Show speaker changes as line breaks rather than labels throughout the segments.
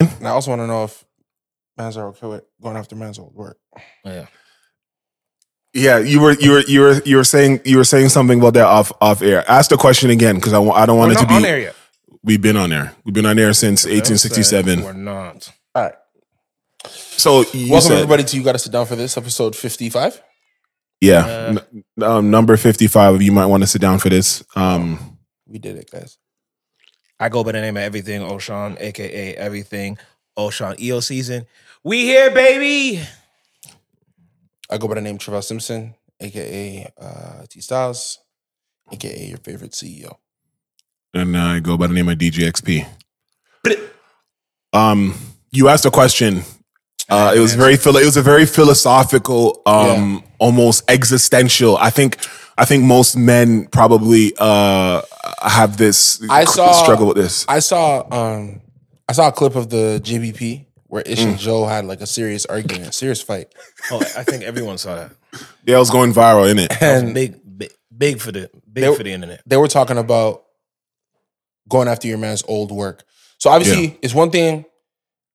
And I also want to know if Manziel will kill it going after Manziel would work.
Yeah.
Yeah, you were you were you were you were saying you were saying something about that off off air. Ask the question again because I, wa- I don't want
We're
it to
not
be.
on there yet.
We've been on there. We've been on there since
We're
1867.
not.
All right.
So you
Welcome
said,
everybody to you got to sit down for this episode 55.
yeah,
Uh,
N- um, number 55. You might want to sit down for this. Um,
We did it, guys.
I go by the name of everything Oshan, aka everything Oshan EO season. We here, baby.
I go by the name Trevor Simpson, aka uh, T Styles, aka your favorite E CEO.
and I go by the name of DGXP. Um, you asked a question. Uh, it was very philo- it was a very philosophical, um, almost existential. I think I think most men probably uh, have this
I saw-
struggle with this.
I saw um I saw a clip of the JBP where Ish and Joe had like a serious argument, a serious fight.
Oh, I think everyone saw that.
Yeah, it was going viral, is it?
And
Big, big, big for the big
They-
for the internet.
they were talking about going after your man's old work. So obviously, it's one thing.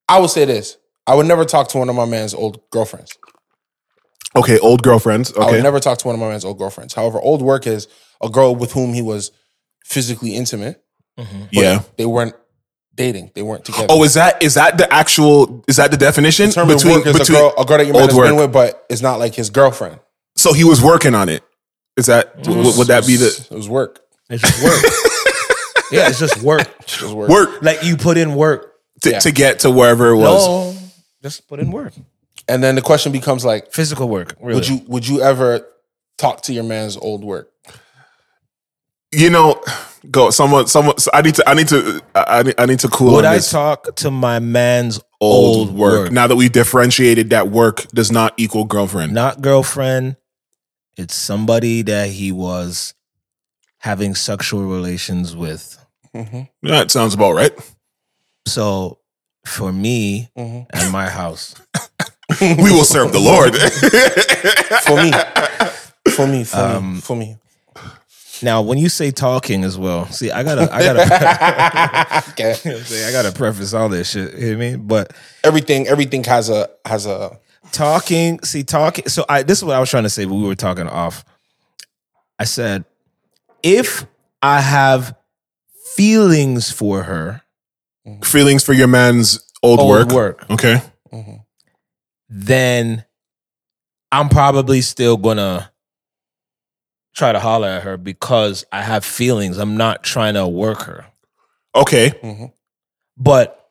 I would say this: I would never talk to one of my man's old girlfriends.
Okay, old girlfriends.
I
Okay,
would Oh, never talk to one of my man's old girlfriends. However, old work is a girl with whom he was physically intimate. but
yeah.
they weren't dating. They weren't together.
Oh, is that is that the actual is that the definition
the term of work is a girl, a girl that your man
old
has been
work.
with, but it's not like his girlfriend.
So he was working on it. Is that would, would that be the
It was work.
It's just work. yeah, it's just work.
It was work.
work
Like you put in work.
to,
Yeah.
to get to wherever it was?
No, just put in work.
And then the question becomes like,
Physical work. Really.
would you would you ever talk to your man's old work?
You know, go someone someone. So I need to I need to I I need, I need to cool
Would
on
I
this
talk to my man's
old,
old,
work. Now that we differentiated that work does not equal girlfriend.
Not girlfriend. It's somebody that he was having sexual relations with.
Mm-hmm.
That sounds about right.
So for me
Mm-hmm.
and my house,
we will serve the Lord.
for me, for me, for me,
Um,
for me.
Now, when you say talking as well, see, I gotta, I gotta,
Okay.
You know what I'm saying? I gotta preface all this shit. You know what I mean? But
Everything, everything has a has a.
talking, see, talking. So, I this is what I was trying to say. when We were talking off. I said, if I have feelings for her,
Feelings for your man's old,
old
work.
work,
Okay.
Mhm.
then I'm probably still gonna try to holler at her because I have feelings. I'm not trying to work her.
Okay.
mm-hmm.
but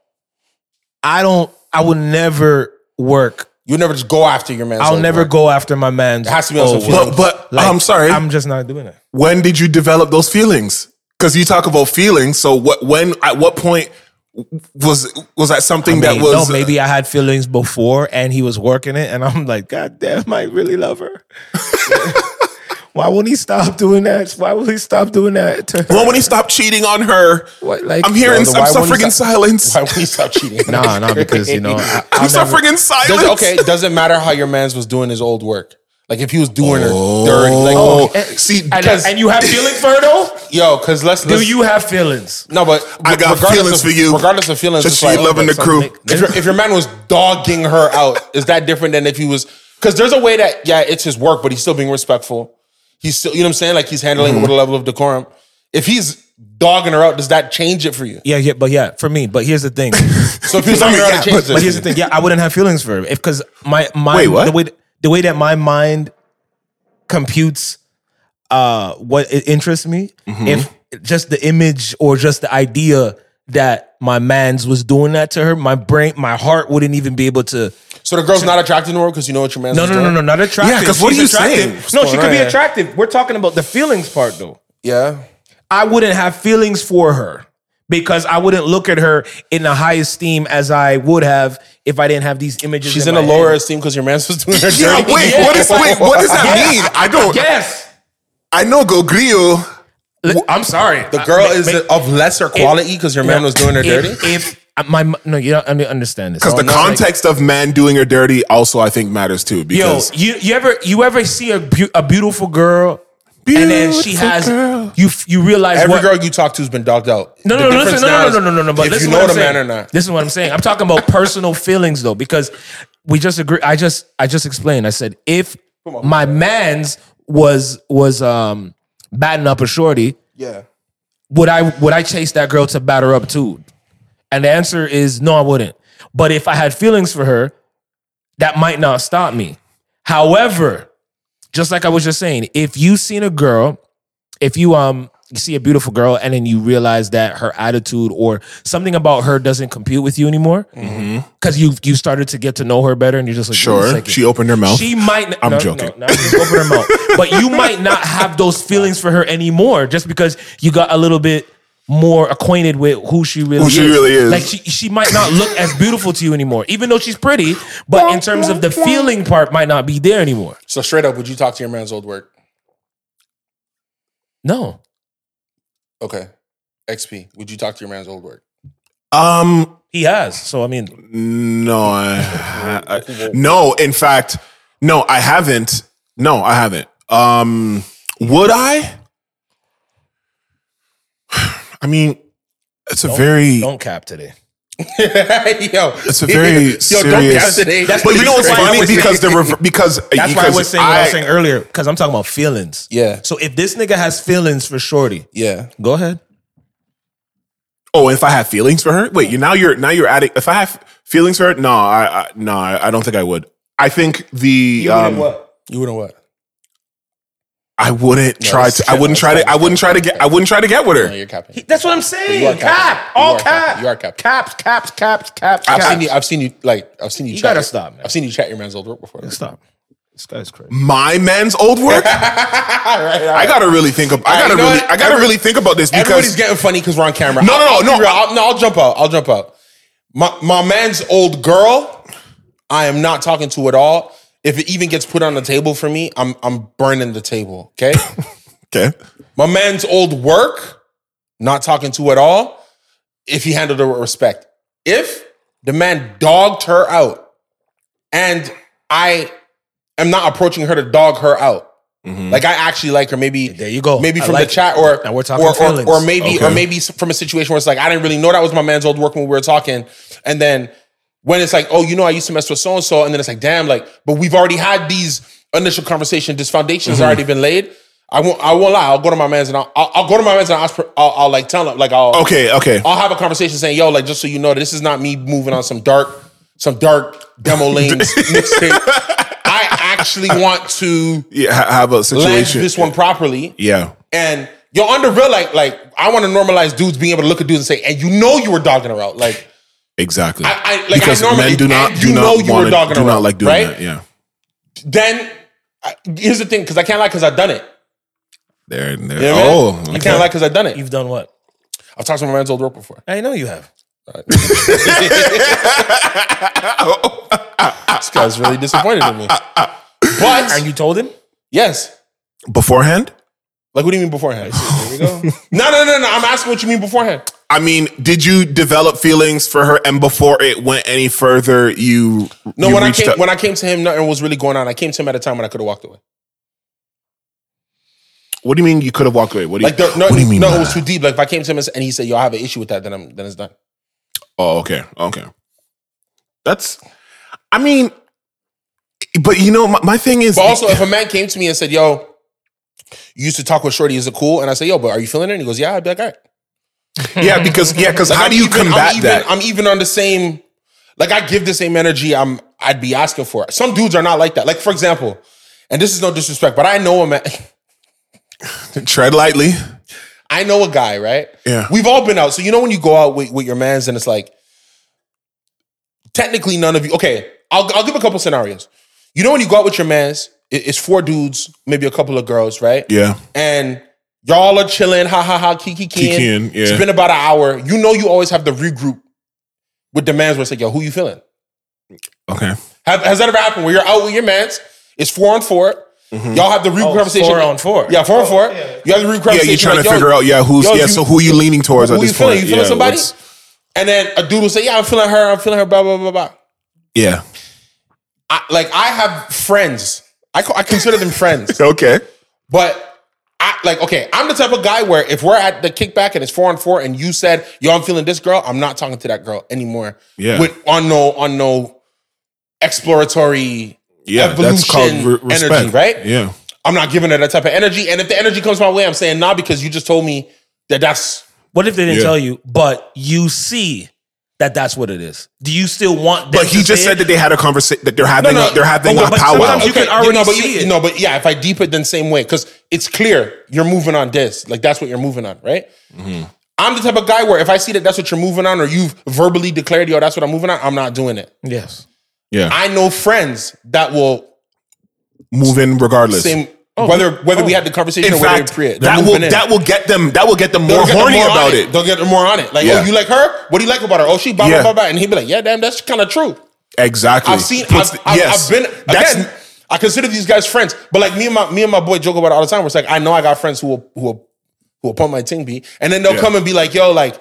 I don't. I will never work.
You never just go after your man's.
I'll
old
never
work.
go after my man's.
It has to be on
old
some
work.
But but
Like,
I'm sorry.
I'm just not doing it.
when did you develop those feelings? Because you talk about feelings. So what? When? At what point was was that something
I mean,
that was?
no, maybe I had feelings before, and he was working it, and I'm like, God damn, I really love her. Why won't he stop doing that? Why will he stop doing that? To her?
Well, when he stopped cheating on her,
What, like,
I'm hearing,
Well, then
I'm
why won't
suffering
he
in
stop-
silence.
Why would you stop cheating?
Nah, nah, because you know, I,
I'm
I'll never-
suffering in silence.
Does, okay, it doesn't matter how your man's was doing his old work. Like if he was doing her dirty, like
Oh,
okay.
see,
And,
because
and you have feelings for her though?
yo, because let's,
Do
let's-
you have feelings?
No, but
I got
regardless
feelings
of-
for you.
Regardless of feelings,
just
it's
she
like,
loving the
that's
crew.
something-
if, your, if your man was dogging her out, is that different than if he was? Because there's a way that yeah, it's his work, but he's still being respectful. He's still, you know what I'm saying? Like he's handling it with a level of decorum. If he's dogging her out, does that change it for you?
Yeah, yeah, but yeah, for me. But here's the thing.
So if he was
I mean,
dogging her
yeah,
out, it changes
but-
it.
But here's the thing. Yeah, I wouldn't have feelings for him if because my my
Wait, what?
the way the way that my mind computes uh what it interests me
Mm-hmm.
if just the image or just the idea that my man's was doing that to her, my brain, my heart wouldn't even be able to.
So the girl's not attracted to her because you know what your man's
No,
was
no, no,
doing?
no, not attractive.
Yeah, 'cause what
She's
are you
attractive.
saying? What's
No, she
going
could
on
be
here?
attractive. We're talking about the feelings part though.
Yeah.
I wouldn't have feelings for her because I wouldn't look at her in the high esteem as I would have if I didn't have these images.
She's
in
in a
my
lower
head.
esteem because your man's was doing her
yeah,
dirty.
wait, what is wait, what does that
Yeah.
mean? I don't.
Yes.
I know Go Grillo.
L- I'm sorry.
The girl is of lesser quality because your man was doing her dirty.
If, if uh, my m- no, you don't under- understand this. Oh,
Because the
No, like-
context of man doing her dirty also I think matters too.
yo,
Because
you you ever you ever see a, beau- a beautiful girl and then she
Beautiful
has
girl.
you. You realize
Every
what,
girl you talk to has been dogged out.
No,
The
no, no,
difference
listen,
now
no, no,
is
no, no, no, no, no.
If
But
you
listen to
know
what
the
I'm saying.
man or not.
This is what I'm saying. I'm talking about personal feelings though, because we just agree. I just, I just explained. I said if my man's was was um batting up a shorty,
Yeah.
would I would I chase that girl to bat her up too? And the answer is no, I wouldn't. But if I had feelings for her, that might not stop me. However, just like I was just saying, if you seen a girl, if you um you see a beautiful girl and then you realize that her attitude or something about her doesn't compute with you anymore, because you you started to get to know her better and you're just like, wait a
Sure.
second.
She opened her mouth.
She might. Not,
Oh, I'm
no,
joking.
No, no, just open her mouth. But you might not have those feelings for her anymore, just because you got a little bit more acquainted with who she really
Who she
is.
really is.
Like she, she might not look as beautiful to you anymore, even though she's pretty. But in terms of the feeling part, might not be there anymore.
So straight up, would you talk to your man's old work?
No,
Okay. XP, would you talk to your man's old work?
um,
he has. So I mean,
no, I, I- no. In fact, no, I haven't. No, I haven't. Um, would I? I mean, it's a very.
don't cap today.
yo,
It's a very
yo, Don't
serious-
cap today.
That's
But you know what's
That's why I
funny
was saying-
because the rever- because
That's why I
because
was saying what I was saying earlier because I'm talking about feelings.
Yeah.
So if this nigga has feelings for Shorty,
Yeah.
go ahead.
Oh, if I have feelings for her, wait. You now you're now you're adding. If I have feelings for her, no, I, I no, I, I don't think I would. I think the um,
what?
You wouldn't what?
I wouldn't try
that's
to. I wouldn't
cap-
try to.
that's
I wouldn't try to get. I wouldn't try to get with
No,
her.
you're capping.
That's what I'm
You are
saying.
capping.
Cap,
You
all
are
cap.
capping. You are capping.
Caps, caps, caps, caps.
I've
caps.
seen you. I've seen you. Like I've seen you. chat
gotta
your-
stop, man.
I've seen you chat your man's old work before.
Stop. This guy's crazy.
My man's old work. I gotta really think. Of, I
Alright,
gotta
you know
really.
what?
I gotta
Every-
really think about this
Everybody's
because
getting funny because we're on camera.
No, no,
I'll-
no,
I'll be
no.
real. I'll, no, I'll jump out. I'll jump out. My my man's old girl. I am not talking to at all. If it even gets put on the table for me, I'm I'm burning the table. Okay.
okay.
my man's old work. Not talking to at all. If he handled her with respect. If the man dogged her out, and I am not approaching her to dog her out. Like I actually like her. Maybe
Mm-hmm. There you go.
Maybe
I
from
like
the
it.
chat or
Now we're talking
or, or-
feelings.
or maybe or
Okay.
maybe s- from a situation where it's like I didn't really know that was my man's old work when we were talking, and then when it's like oh you know I used to mess with so and so, and then it's like damn like but we've already had these initial conversations. This foundation's
Mm-hmm.
already been laid. I won't. I won't lie. I'll go to my man's and I'll, I'll, I'll go to my man's and I'll, ask for- I'll, I'll like tell him like I'll
Okay. Okay.
I'll have a conversation saying, "Yo, like, just so you know, this is not me moving on some dark, some dark demo lanes mixtape. I actually want to
Yeah. ha- Have a
land
situation.
this one properly,
Yeah.
and yo, under real, like, like, I want to normalize dudes being able to look at dudes and say, and you know, you were dogging her out, like,
Exactly.
I- I- like, I
because
normally-
men do
and
not
you
do
know
not
you were
want
dogging
to do
around,
not like doing
right?
that. Yeah.
then." I- Here's the thing, because I can't lie because I've done it.
There. There.
You know what I mean?
oh.
I
okay.
can't lie because I've done it.
You've done what?
I've talked to my man's old work before.
I know you have.
This guy's really disappointed in me. But
And you told him?
yes,
beforehand.
like, what do you mean beforehand? There we go. No, no, no, no. I'm asking what you mean beforehand.
I mean, did you develop feelings for her, and before it went any further, you
No,
you
when I
reached
came
out-
when I came to him, nothing was really going on. I came to him at a time when I could have walked away.
what do you mean you could have walked away? What do you,
Like there, no,
what do you mean?
no,
by
it was
that?
too deep. Like if I came to him and s- and he said, "Yo, I have an issue with that," then I'm then it's done.
oh, okay, okay. That's, I mean, but you know, my, my thing is,
But also, if a man came to me and said, "Yo, you used to talk with Shorty, is it cool?" and I say, "Yo, but are you feeling it?" and he goes, "Yeah," I'd be like, "All right."
yeah, because yeah, because how
I'm
do you
even- I'm
combat
even,
that?
I'm even on the same. Like I give the same energy I'm I'd be asking for. Some dudes are not like that. Like for example, and this is no disrespect, but I know a man.
Tread lightly.
I know a guy, right?
Yeah.
We've all been out. So you know when you go out with, with your mans and it's like technically none of you okay, I'll I'll give a couple scenarios. You know when you go out with your mans, it- it's four dudes, maybe a couple of girls, right?
Yeah,
And y'all are chilling, ha ha ha, kiki kikiing.
Kikiing, yeah.
It's been about an hour. You know you always have the regroup with the mans where it's like, yo, who you feeling?
okay.
Have, has that ever happened where you're out with your mans? It's four on 4 you
Mm-hmm.
Y'all have the regroup
Oh,
conversation.
four on four.
Yeah, four on four. You have the regroup
Yeah,
conversation.
you're trying
like,
to
yo,
figure out, yeah, who's
yo,
yeah.
you-
so who you leaning towards at
who you
this
feeling?
point?
You feeling
yeah,
somebody?
what's-
And then a dude will say, "Yeah, I'm feeling her. I'm feeling her." Blah blah blah blah.
Yeah.
I, like I have friends. I co- I consider them friends,
Okay.
but I like okay. I'm the type of guy where if we're at the kickback and it's four on four, and you said yo, I'm feeling this girl, I'm not talking to that girl anymore.
Yeah.
with on no on no exploratory
Yeah, that's called
evolution
re- respect.
energy, right?
Yeah.
I'm not giving her that type of energy. And if the energy comes my way, I'm saying nah because you just told me that that's
What if they didn't
Yeah.
tell you, but you see that that's what it is? Do you still want? Them
But he
to
just
say
said
it?
that they had a conversation that they're having
no,
a, they're having
but-
a
but
powwow.
sometimes you can already
no, but
see
you,
it.
No, but yeah, if I deep it, then same way because it's clear you're moving on this. Like that's what you're moving on, right?
Mm-hmm.
I'm the type of guy where if I see that that's what you're moving on, or you've verbally declared, yo, that's what I'm moving on, I'm not doing it.
Yes.
yeah.
I know friends that will
move in regardless.
same whether whether we had the conversation
in
or whether
fact,
we pre it.
that will that will get them that will get them
They'll
more
get them
horny
more on
about it.
They'll get them more on it. Like,
Yeah.
oh, you like her? What do you like about her? Oh, she blah
Yeah.
blah blah blah. And he'd be like, yeah, damn, that's kind of true.
Exactly.
I've seen.
Puts
I've,
the-
I've,
yes.
I've been again.
That's-
I consider these guys friends, but like me and my me and my boy joke about it all the time. Where it's like I know I got friends who will who will who will pump my ting beat, and then they'll
Yeah.
come and be like, "Yo, like,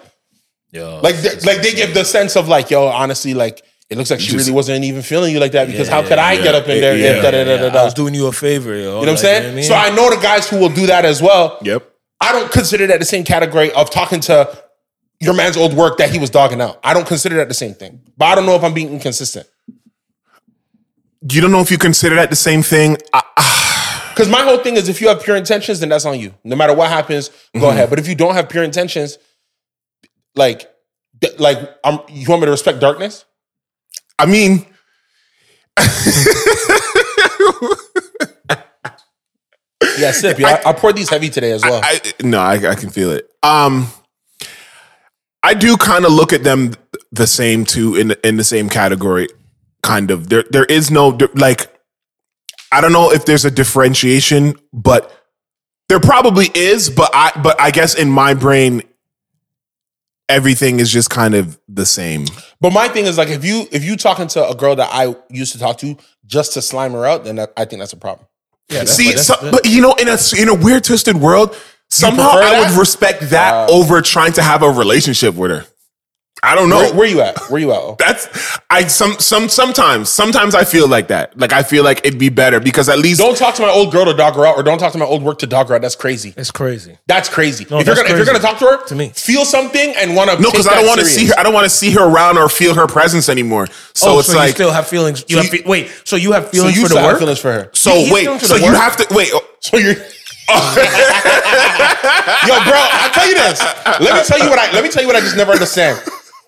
like, they, like they give the sense of like, yo, honestly, like it looks like she
Just-
really wasn't even feeling you like that because how could I
yeah,
get up in
yeah,
there?
yeah,
and da, da, da, da, da.
I was doing you a favor, yo. You know
you know what I'm saying? So I know the guys who will do that as well.
Yep.
I don't consider that the same category of talking to your man's old work that he was dogging out. I don't consider that the same thing, but I don't know if I'm being inconsistent.
You don't know if you consider that the same thing. I,
Because my whole thing is if you have pure intentions, then that's on you. No matter what happens, go ahead. But if you don't have pure intentions, like, th- like I'm, you want me to respect darkness?
I mean,
Yeah, sip. Yeah, I, I poured these heavy today as well.
I no, I, I can feel it. Um, I do kind of look at them the same too in in the same category. Kind of there, there is no like, I don't know if there's a differentiation, but there probably is. But I, but I guess in my brain, everything is just kind of the same.
but my thing is like if you if you talking to a girl that I used to talk to just to slime her out, then that, I think that's a problem.
See, so, but you know, in a in a weird twisted world, somehow
prefer
I would
that?
respect that over trying to have a relationship with her. I don't know.
Where, where you at? Where you at? Oh?
That's I some some sometimes sometimes I feel like that. Like I feel like it'd be better because at least
Don't talk to my old girl to dog her out, or don't talk to my old work to dog her out. That's crazy.
It's crazy.
That's crazy. if you're
that's
gonna if you're
crazy.
gonna talk to her,
To me.
feel something and want to
no, because I don't want to see her. I don't want to see her around or feel her presence ananymore. So
Oh,
it's
so
like
you still have feelings. You
So
have
you-
fe- wait. So you have
So
feelings
you
for
still
the
have
work?
feelings for her.
so
He- he's
wait
down to
so
the
you
work.
have to wait. oh,
So you're. Yo, bro, I tell you this. Let me tell you what I let me tell you what I just never understand.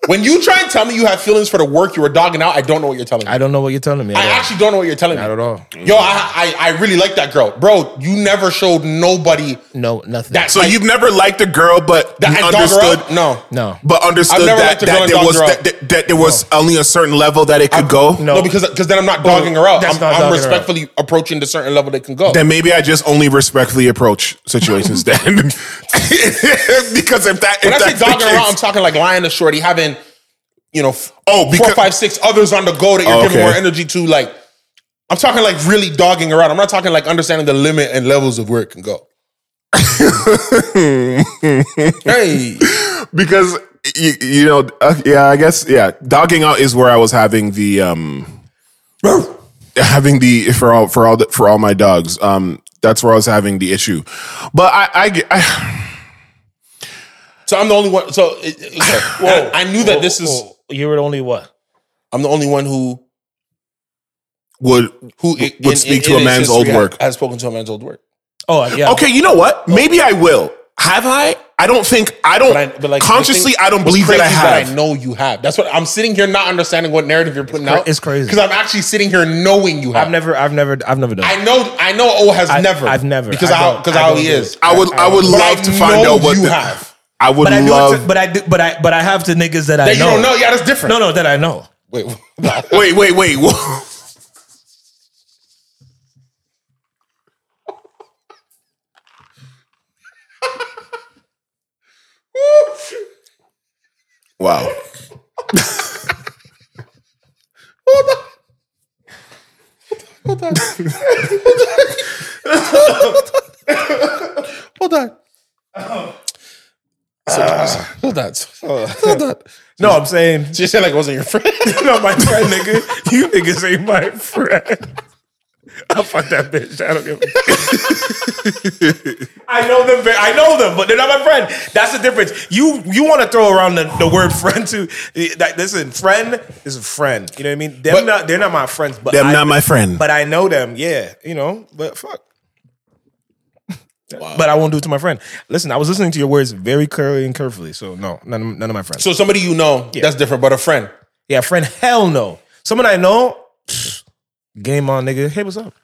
When you try and tell me you have feelings for the work you were dogging out, I don't know what you're telling me.
I
I,
don't know what you're telling me. at all.
actually don't know what you're telling me.
Not at all.
Yo, I, I I really like that girl, bro. You never showed nobody
No, nothing.
That's-
So
Like-
you've never liked a girl, but
that
you
I dog her
understood.
out. No,
no.
But understood
never
that,
liked a girl
that
and
there
dogged
was
her
that,
out.
that- that there was only a certain level that it could go.
no, because because then I'm not
Oh,
dogging her out.
That's
I'm,
not
I'm
dogging her out.
respectfully approaching the certain level they can go.
Then maybe I just only respectfully approach situations then, because if that if
when I say
that's the
dogging her out, I'm
case-
talking like lying to shorty, having you know f-
oh because
four, five, six others on the go that you're
Oh,
giving more
okay.
energy to. Like, I'm talking like really dogging her out. I'm not talking like understanding the limit and levels of where it can go. hey,
because you, you know uh, yeah i guess yeah dogging out is where i was having the um having the for all for all the, for all my dogs um that's where i was having the issue but i i, get- I
so I'm the only one. So it, it- okay. I, I knew that this is.
Well, oh, you were only what?
I'm the only one who
would
who
would
in-
speak
in-
to
in
a
its
man's
history
old
ha-
work
Has spoken to a man's old work.
Oh yeah.
okay you know what maybe i will have i i don't think i don't
But I, but like the
consciously
thing-
i don't
what's
believe that
crazy
i
is
have
I know you have. That's what I'm sitting here not understanding what narrative you're putting
cra-
out.
it's crazy.
because I'm actually sitting here knowing you have.
I've never. I've never. I've never done. it.
I know. I know. O has never.
I've never.
because
I
how
don't-
because
I
how
don't
he
do it.
is.
i would i would
But
love
I
to find
know
out what
you
the-
have.
i would
but I do. it
love
to, but I do. But I. But I have to niggas that, I
That
know.
you don't know. Yeah, that's different.
No, no, that I know.
Wait,
wait wait wait whoa. wow
hold on. So, hold on. So, hold on.
No, I'm saying
So you said like it wasn't your friend.
not my friend, nigga. You niggas ain't my friend. I fuck that bitch. I don't give a- I know them. ve- I know them, but they're not my friend. That's the difference. You you want to throw around the, the word friend too? That listen, friend is a friend. You know what I mean? Them
But-
not they're not my friends, but
Them
I,
not my friend.
But I know them. Yeah, you know. But fuck. But I won't do it to my friend. Listen, I was listening to your words very clearly and carefully. So no, none of, none of my friends.
So somebody you know, that's different, but a friend.
Yeah, friend, hell no. Someone I know, pfft, game on, nigga. Hey, what's up?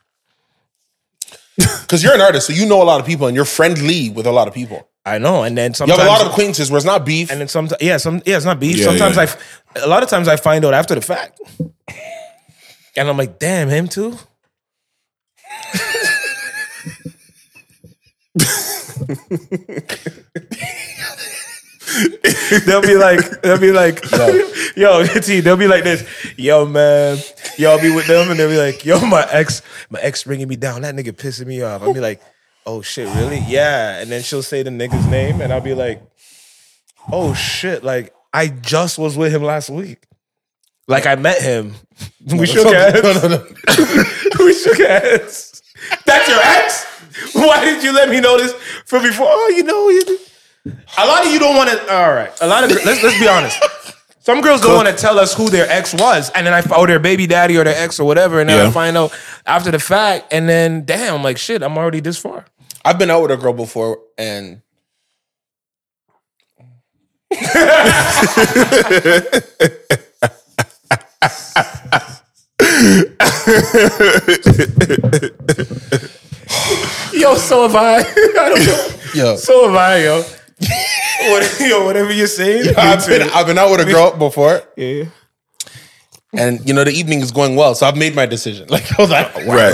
Because you're an artist, so you know a lot of people and you're friendly with a lot of people.
I know, and then
You
sometimes
have a lot of acquaintances where it's not beef.
and then sometimes yeah, some yeah, it's not beef.
Yeah,
sometimes
yeah.
I, f- a lot of times I find out after the fact, and I'm like, damn, him too. they'll be like, they'll be like, yo, T, they'll be like this, yo, man, y'all be with them, and they'll be like, yo, my ex, my ex bringing me down, that nigga pissing me off. I'll be like, oh shit, really? Yeah, and then she'll say the nigga's name, and I'll be like, oh shit, like I just was with him last week. Like I met him. We shook hands.
No, no, no.
we shook hands. That's your ex? Why did you let me know this from before? Oh, you know, you- a lot of you don't want to. All right, a lot of let's let's be honest. Some girls don't want to tell us who their ex was, and then I f- or their baby daddy or their ex or whatever, and then I
Yeah.
find out after the fact, and then damn, I'm like shit, I'm already this far.
I've been out with a girl before and
Yo, so have I. I don't know.
yo,
So have I, yo. what, yo, whatever you're saying.
I've been I've been out with a girl before
yeah.
and you know the evening is going well, so I've made my decision. Like I was like,
Right.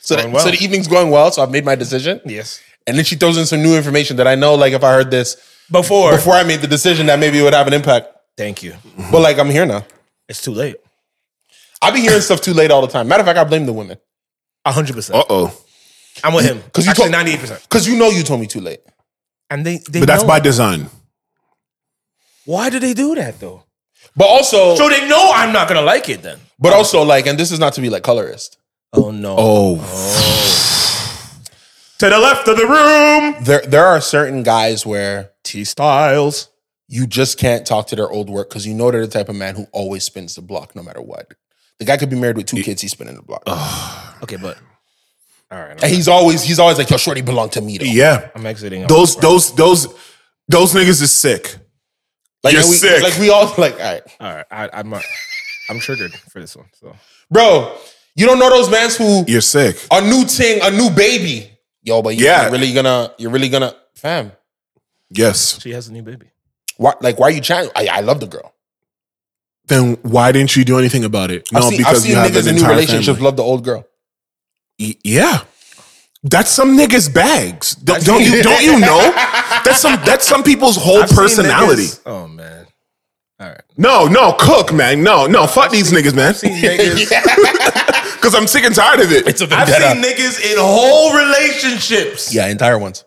so, the,
Going well.
so the evening's going well, so I've made my decision.
Yes.
And then she throws in some new information that I know, like if I heard this
Before.
before I made the decision, that maybe it would have an impact.
Thank you.
But like I'm here now.
It's too late.
I be hearing stuff too late all the time. Matter of fact, I blame the women
hundred percent.
Uh oh.
I'm with him.
'Cause
Cause
you
actually
told-
ninety-eight percent.
because you know you told me too late.
And they, they
But that's
know.
by design.
Why do they do that though?
But also,
So they know I'm not gonna like it then.
but also like, and this is not to be like colorist.
Oh no.
Oh.
To the left of the room.
There there are certain guys where
T Styles.
you just can't talk to their old work because you know they're the type of man who always spins the block no matter what. The guy could be married with two kids, he's spinning the block.
Uh-huh.
Okay, but all right.
and
I'm,
he's always he's always like, yo, shorty belong to me though.
Yeah.
I'm exiting. out.
Those those those those niggas is sick.
like,
you're
and we,
sick.
like we all like, all right.
all right. I, I'm uh, I'm triggered for this one. So
Bro, you don't know those mans who
You're sick.
a new ting, a new baby. Yo, but you,
Yeah.
you're really gonna you're really gonna fam.
Yes.
she has a new baby.
Why like why are you chatting? I, I love the girl.
Then why didn't you do anything about it? No,
I've seen, I've seen niggas in new relationships love the old girl.
Y- Yeah. That's some niggas bags. Don't, don't you don't you know? That's some that's some people's whole
I've seen
personality.
niggas- Oh man. All right.
No, no, cook, man. No, no, fuck these niggas, man.
Niggas.
Because I'm sick and tired of it.
I've seen niggas in whole relationships
yeah, entire ones.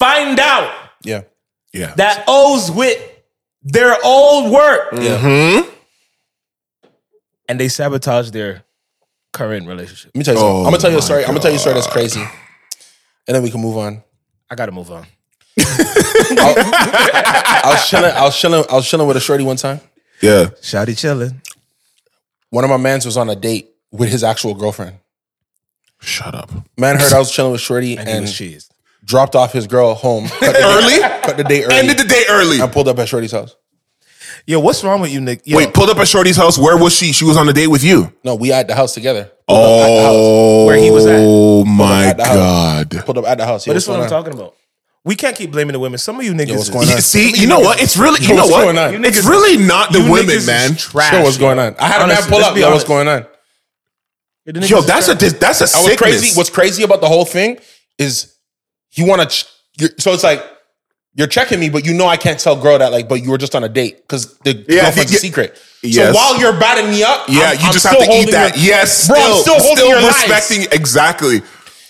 find out
Yeah.
yeah.
that O's with their old work. And they sabotage their current relationship.
Let me tell you something. I'm
Oh
gonna tell you a
my
story. I'm gonna tell you a story that's crazy. And then we can move on.
I gotta move on.
I was chilling, I was chilling, I was chilling with a shorty one time.
yeah.
Shotty chilling.
One of my mans was on a date with his actual girlfriend.
Shut up.
Man heard I was chilling with Shorty and,
And, he was cheese.
dropped off his girl home cut the day-
Early?
cut the date early.
Ended the day early.
I pulled up at Shorty's house.
Yo, what's wrong with you, Nick? Yo,
Wait, pulled up at Shorty's house. Where was she? She was on a date with you.
No, we at the house together. Pulled up at the house.
Oh,
Where he was at.
Oh my
at the house.
god.
Pulled up at the house.
this is what I'm talking about. We can't keep blaming the women. Some of you niggas.
what's
is-
going on?
You see, you know what? It's really you know
What's
what?
going on?
You
It's
niggas-
really not the
you niggas
women,
is
man.
Trash.
Show what's going on. I had a man
Honestly,
pull
let's
up.
be
Yo, what's
honest.
going on?
Yo, the niggas
Yo,
is
that's a
trash.
dis- that's
I
a
was
sickness.
crazy. What's crazy about the whole thing is you want to. Ch- you're- so it's like you're checking me, but you know I can't tell girl that. Like, but you were just on a date because the
Yeah,
girlfriend's
yeah.
a secret.
Yes.
So while you're batting me up,
Yeah,
I'm-
you
I'm
just have
still
to eat
holding
that.
your-
yes,
Bro, I'm
still,
still holding your lies.
respecting exactly.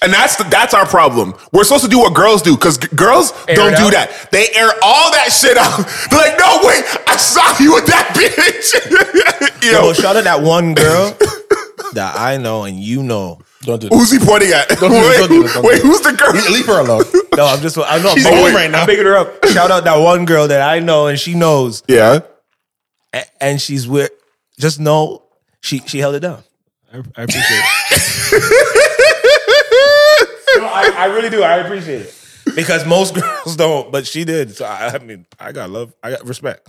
And that's the, that's our problem. We're supposed to do what girls do because girls don't
it
do
out.
that. They air all that shit out. They're like, no, wait, I saw you with that bitch.
Yo,
Yo,
shout out that one girl. that I know and you know.
Don't do that.
Who's he pointing at?
Don't do this,
wait,
don't do this, don't do
wait,
this.
who's the girl?
Le- Leave her alone.
No, I'm just I know I'm
She's
picking-
old right now.
I'm picking her up. Shout out that one girl that I know and she knows
Yeah.
a- and she's with just know she she held it down. I, I appreciate it. No, I, I really do. I appreciate it. Because most girls don't, but she did. So I, I mean, I got love. I got respect.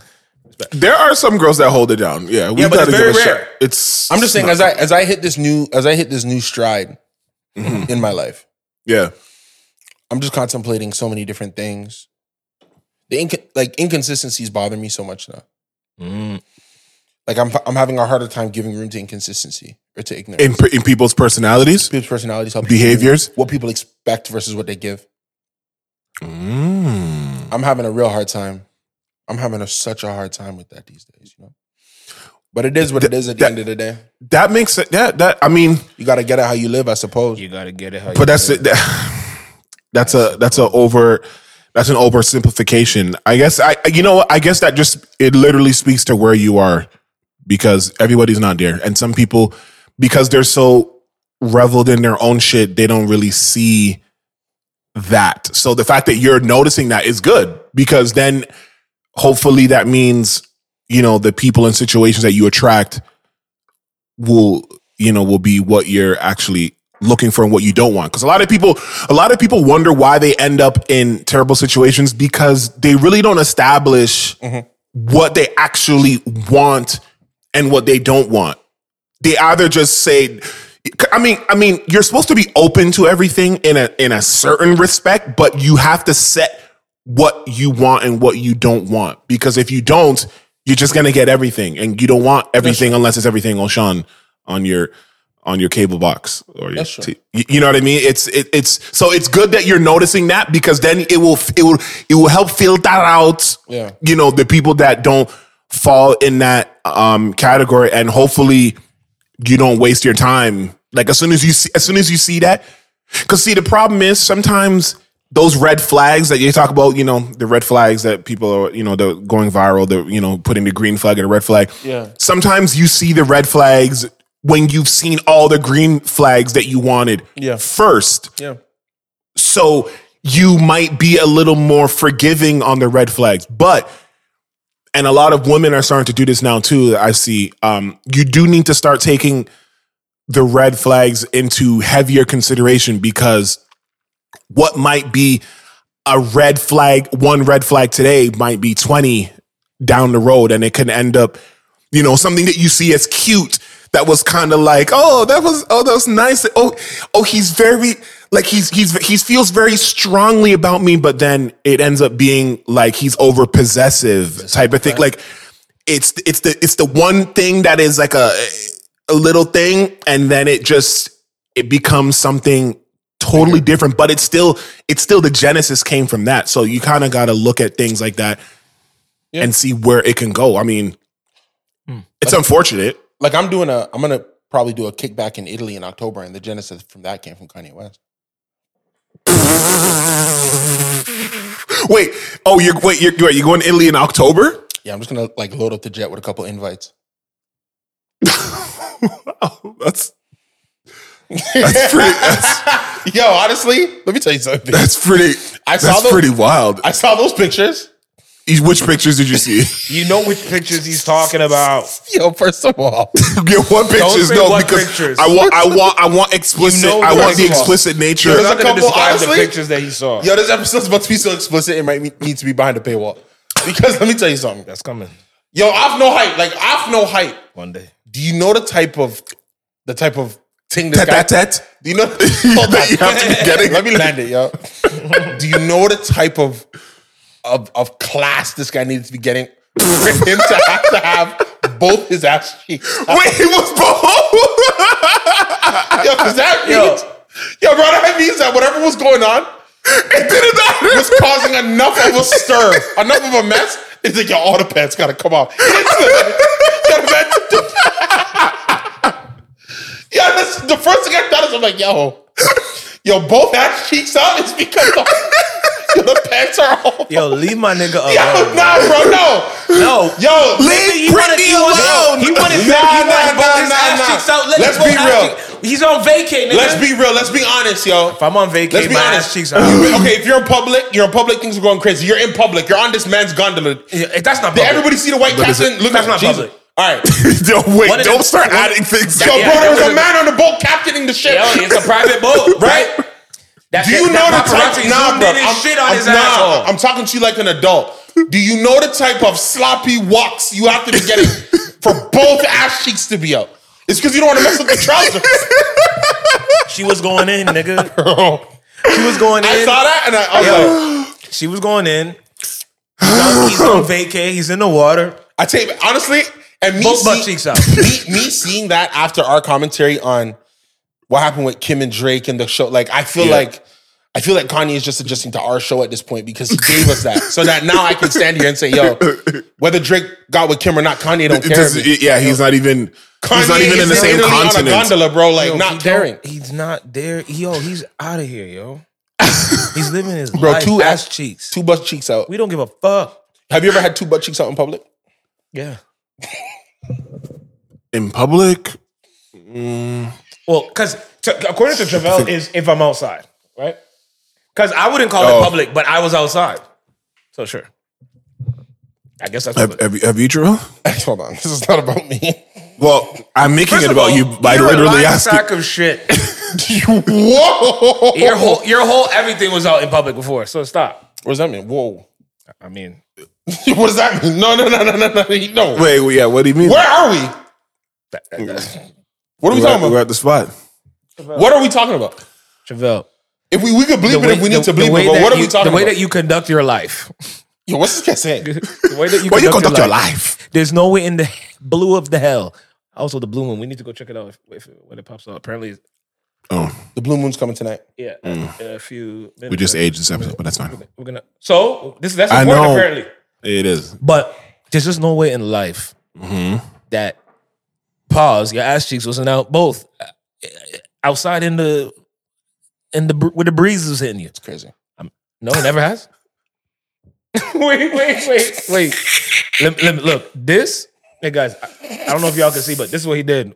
There are some girls that hold it down. Yeah, we
Yeah, but
gotta
it's
give
very
a shot.
rare.
It's
I'm just saying, as I as I hit this new as I hit this new stride
Mm-hmm.
in my life,
yeah.
I'm just contemplating so many different things. The inc- like inconsistencies bother me so much now.
Mm.
Like I'm I'm having a harder time giving room to inconsistency or to ignorance.
In in people's personalities.
People's personalities, how people-
Behaviors?
what people expect versus what they give. I'm having a real hard time. I'm having a, such a hard time with that these days, you know. But it is what it is. At the
that-
end of the day,
That makes it. Yeah, that I mean,
you got to get it how you live, I suppose.
gotta get it. How
but that's it. That, that's a that's a over. That's an oversimplification. I guess I you know what? I guess that just it literally speaks to where you are because everybody's not there, and some people because they're so reveled in their own shit, they don't really see that. So the fact that you're noticing that is good because then hopefully that means you know the people and situations that you attract will you know will be what you're actually looking for and what you don't want because a lot of people a lot of people wonder why they end up in terrible situations because they really don't establish what they actually want and what they don't want they either just say I mean, I mean, you're supposed to be open to everything in a in a certain respect, but you have to set what you want and what you don't want. Because if you don't, you're just gonna get everything, and you don't want everything unless it's everything on Sean on your on your cable box or your
true.
t- you, you know what I mean. It's it, it's so it's good that you're noticing that because then it will it will it will help filter out
Yeah.
you know the people that don't fall in that um category, and hopefully you don't waste your time. Like as soon as you see, as soon as you see that, because see the problem is sometimes those red flags that you talk about, you know, the red flags that people are, you know, they're going viral, they're you know putting the green flag and the red flag.
Yeah.
Sometimes you see the red flags when you've seen all the green flags that you wanted.
Yeah.
First.
Yeah,
So you might be a little more forgiving on the red flags, but and a lot of women are starting to do this now too. that I see. Um, you do need to start taking the red flags into heavier consideration because what might be a red flag, one red flag today might be twenty down the road, and it can end up, you know, something that you see as cute that was kind of like, oh, that was, oh, that was nice. Oh, oh, he's very like he's he's he feels very strongly about me, but then it ends up being like he's over possessive type of thing. Like it's it's the it's the one thing that is like a a little thing, and then it just it becomes something totally different but it's still it's still the genesis came from that so you kind of got to look at things like that and see where it can go. I mean, it's unfortunate.
like I'm doing a. I'm gonna probably do a kickback in Italy in October, and the genesis from that came from Kanye West.
Wait, oh, you're wait, you're, wait, you're going to Italy in October?
Yeah, I'm just gonna like load up the jet with a couple invites.
wow, that's that's pretty. That's,
Yo, honestly, let me tell you something.
that's pretty.
I saw
that's
the-
pretty wild.
I saw those pictures.
Which pictures did you see?
you know which pictures he's talking about.
Yo, first of all,
Get what pictures?
say
No,
what
because
pictures.
I want, I want, I want explicit.
know
I
what
want the
I saw.
explicit nature.
There's a
I'm not gonna
couple-
describe
honestly-
the pictures that he saw.
yo, this episode's about to be so explicit. It might need to be behind a paywall because let me tell you something.
That's coming
Yo, I've no hype. Like I've no hype.
one day.
Do you know the type of the type of thing this
Tat
guy?
tat tat.
Do you know
That you have to be getting.
Let me land it, yo. Do you know the type of of of class this guy needs to be getting for him to have to have both his ass cheeks? out?
Wait, he was both.
Yo, does that mean? Yo. bro, that means that whatever was going on
it didn't matter.
was causing enough of a stir, enough of a mess. It's like, yo, all the pants gotta come off. It's like, yo, man, yeah, this, the first thing I thought is I'm like, yo, yo, both ass cheeks out is because of, yo, the pants are all.
Yo, leave my nigga alone.
Yo, nah, bro, no.
No,
Yo,
Leave
He wanted-
Britney
he wanted-
alone.
He wanted, he wanted
Nah,
both
nah,
his
nah,
ass
nah.
cheeks six out. Let
Let's
him go
be real.
out. He's on vacay, nigga.
Let's be real. Let's be honest, yo.
If I'm on vacay,
Let's be
my
honest.
ass cheeks are out.
You- okay, if you're in public, you're in public. Things are going crazy. You're in public. You're on this man's gondola. Did
Yeah, that's not. public.
everybody see the white
But
cats?
is it-
and Look
That's
at
not
Jesus.
public.
All right.
don't wait.
One of
Don't
them-
start
one-
adding things.
So,
up.
yeah, oh,
bro, there was
that
a man on the boat captaining the ship.
Yo, it's a private boat, right?
Right?
That,
Do you
that,
know the
that
type?
paparazzi
Nah,
zoomed
bro.
in his
I'm,
shit on
I'm-
his
nah,
asshole.
I'm talking to you like an adult. Do you know the type of sloppy walks you have to be getting for both ass cheeks to be out? It's because you don't want to mess with the trousers.
she was going in, nigga. She was going in.
I saw that and I, I was like,
She was going in. He's on, he's on vacay. He's in the water.
I tell you, honestly, and me,
Both butt
see-
cheeks out.
me, me seeing that after our commentary on what happened with Kim and Drake and the show, like I feel
Yeah.
like I feel like Kanye is just adjusting to our show at this point because he gave us that, so that now I can stand here and say, "Yo, whether Drake got with Kim or not, Kanye don't
It
care."
doesn't- yeah, he's not even.
Kanye
he's not even in
is
the same
literally On a
continent.
gondola, bro, like
Yo, he
not
don't-
caring.
He's not there. Yo, he's out of here, yo. He's living his
Bro,
life.
two
ass
ass-
cheeks.
Two butt cheeks out.
We don't give a fuck.
Have you ever had two butt cheeks out in public?
Yeah.
in public.
Well, because according to Travell, is if I'm outside, right? Because I wouldn't call
Oh.
it public, but I was outside. So sure. I guess
Uh,
that's
Have,
public.
have, you- have you, Jarrell?
Hold on, this is not about me.
Well, I'm making
First
it
of
about
all,
you by
you're a
literally
lying
asking.
sack of shit.
Whoa,
Your whole, your whole everything was out in public before. So stop.
what does that mean? Whoa,
I mean,
what does that mean? No, no, no, no, no, no, no.
Wait, wait, yeah. What do you mean?
Where are we?
that, that, that.
What are we
We're, at,
talking
we're
about?
at the spot.
What are we talking about?
Travell.
If we, we could bleep it if we need to bleep it, but what are we talking
The way
about?
that you conduct your life.
Yo, what's this guy saying?
the way that you,
Well,
conduct,
you conduct your life.
There's no way in the blue of the hell. Also, the blue moon. We need to go check it out if, if, when it pops up. Apparently, it's-
Oh,
The blue moon's coming tonight.
yeah, in a few. Minutes,
Mm. we just aged this episode, but that's fine.
We're gonna. So this that's
I
important
know.
apparently.
It is.
But there's just no way in life
Mm-hmm.
that pause your ass cheeks wasn't out both uh, outside in the in the br- with the breeze was hitting you. Um,
It's crazy.
No, it never has. wait, wait, wait, wait. Let, let me- look, this, hey guys, I, I don't know if y'all can see, but this is what he did.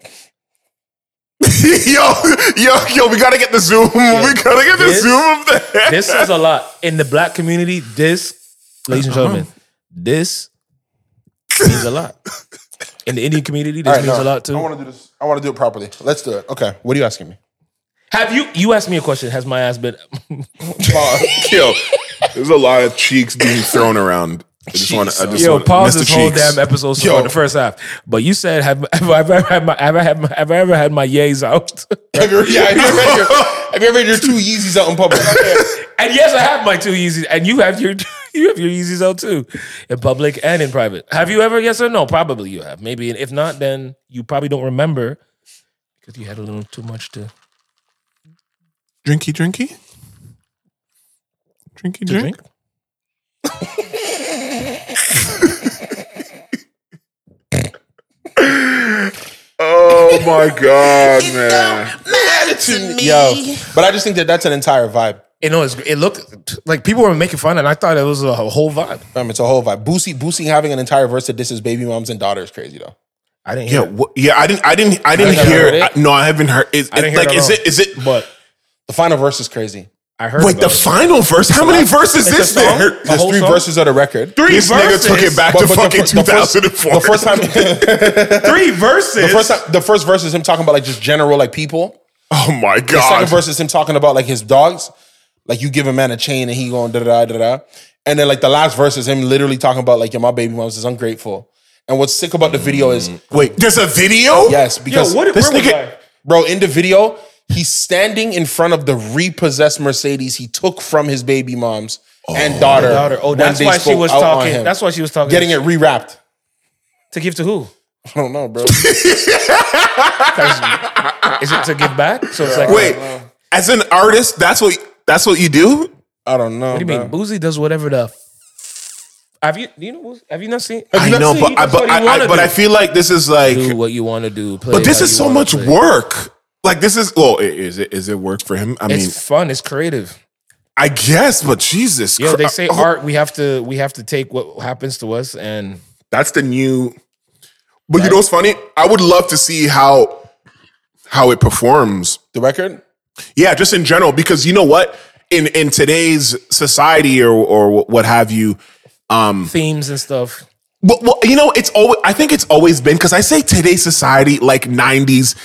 yo, yo, yo, we gotta get the zoom. We gotta get the
This-
zoom of the
This is a lot in the black community. This, ladies and gentlemen,
Uh-huh.
this means a lot. In the Indian community, this means a lot too.
I want to do this. I want to do it properly. Let's do it. Okay. What are you asking me?
Have you? You asked me a question. Has my ass been?
Uh,
Yo, there's a lot of cheeks being thrown around. I just want to. I just
Yo,
wanna,
pause
Mr.
this whole
Cheeks.
damn episode
Yo.
for the first half. But you said, have, have I ever had my have I, had my, have I ever had my yays out?
Have you, yeah, have, you ever had your, have you ever had your two Yeezys out in public?
And yes, I have my two Yeezys, and you have your you have your Yeezys out too, in public and in private. Have you ever? Yes or no? Probably you have. Maybe, and if not, then you probably don't remember because you had a little too much to
Drinky, drinky. Drinky,
Hmm?
drink.
drink.
Oh my god, man!
Yo, but I just think that that's an entire vibe.
You know, it's, it looked like people were making fun, and I thought it was a whole vibe.
Um, it's a whole vibe. Boosie, Boosie having an entire verse that this is baby moms and daughters crazy though.
I didn't
Yeah,
hear. it.
what, yeah. I didn't. I didn't. I didn't
never
hear.
heard it.
I- no, I haven't heard. Is,
didn't
it,
hear
like,
it at
is
all.
it? Is it?
But
The final verse is crazy.
I heard.
Wait, the final verse. How many verses
It's a
is
song?
there?
The
There's
whole
three
song?
verses of the record. Three
This nigga took it back to fucking
the, first,
2004.
the first time
three verses.
The first, time, the first verse is him talking about like just general like people.
oh my
Ah,
The
god!
second verse is him talking about like his dogs. Like you give a man a chain and he going da da da da. da. And then like the last verse is him literally talking about like yeah, my baby mom's is ungrateful. And what's sick about the video is
Wait, there's a video.
yes because
Mm. what-
This
where was
nigga-
I?
bro in the video he's standing in front of the repossessed Mercedes he took from his baby mom's and daughter.
daughter. Oh,
when
that's
they
why she
spoke
was
out on
talking.
him.
That's why she was talking.
getting it rewrapped.
to give to who?
I don't know, bro.
'Cause Is it to give back? So it's like
Wait, as an artist, that's what that's what you do.
I don't know.
What do you mean? Boozy does whatever the. f- Have you do you know? Boozy- Have you not seen?
Have
I
you not
know,
seen-
but I,
that's
but
what he
I, I
wanna
but
do.
I feel like this is like,
do what you want to do? Play
but this
how
is
you
so
wanna
much
play.
work. Like this is well, i- is it is it work for him? I mean,
It's fun. It's creative.
I guess, but Jesus,
Yo, they
Christ.
say art. We have to. We have to take what happens to us and
That's the new. But you know what's funny? I would love to see how how it performs.
The record?
Yeah, just in general, because you know what, in in today's society or or what have you, um,
themes and stuff.
well, well you know, it's always. I think it's always been because I say today's society, like '90s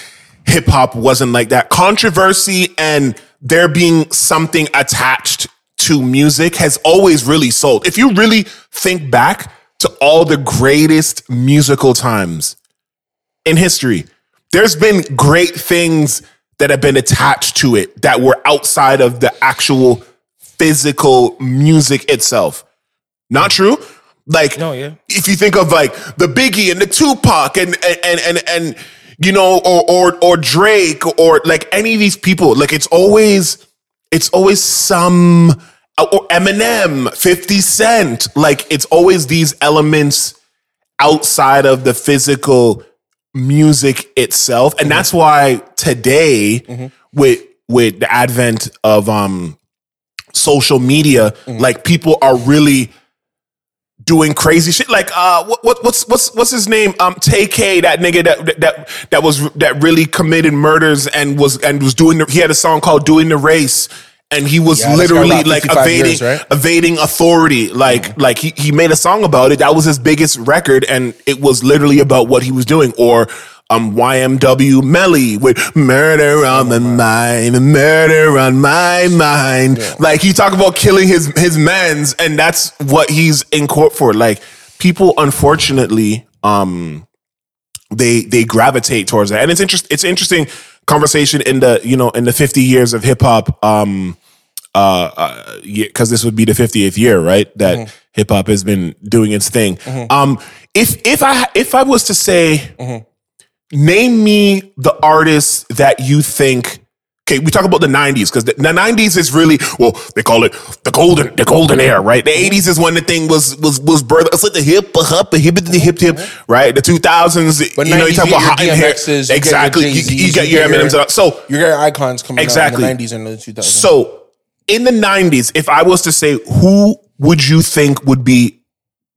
hip hop, wasn't like that. Controversy and there being something attached to music has always really sold. If you really think back to all the greatest musical times in history. There's been great things that have been attached to it that were outside of the actual physical music itself. Not true? Like
No, yeah.
if you think of like the Biggie and the Tupac and and and and, and you know or or or Drake or like any of these people, like it's always it's always some uh, or Eminem, 50 Cent, like it's always these elements outside of the physical music itself and that's why today with with the advent of um social media like people are really doing crazy shit like uh what, what what's what's what's his name um TK that nigga that that that was that really committed murders and was and was doing the, he had a song called doing the race and he was
Yeah, this guy
literally
got
like
55
evading
years, right?
evading authority like like he, he made a song about it that was his biggest record and it was literally about what he was doing or um YMW Melly with murder on the mind murder on my mind like he talked about killing his his mans and that's what he's in court for like people unfortunately um they they gravitate towards that and it's interest it's interesting conversation in the you know in the 50 years of hip hop um because uh, this would be the 50th year, right? That
Mm-hmm.
hip hop has been doing its thing. Um, if if I if I was to say,
Mm-hmm.
name me the artists that you think. Okay, we talk about the '90s because the, the '90s is really well. They call it the golden the golden era, right?
Mm-hmm.
The '80s is when the thing was was was birthed. It's like the hip a hop a hip a hip hip, right? The 2000s,
Mm-hmm. But
you know, you
90s,
talk
you
about
get
hot
your
in here.
DMXs, you get your
Exactly, you,
Jay-Zs,
you
you
get
get
your
your-
Eminems. and all- So
You got icons coming
Exactly.
out in the 90s and the 2000s.
so, in the 90s, if I was to say, who would you think would be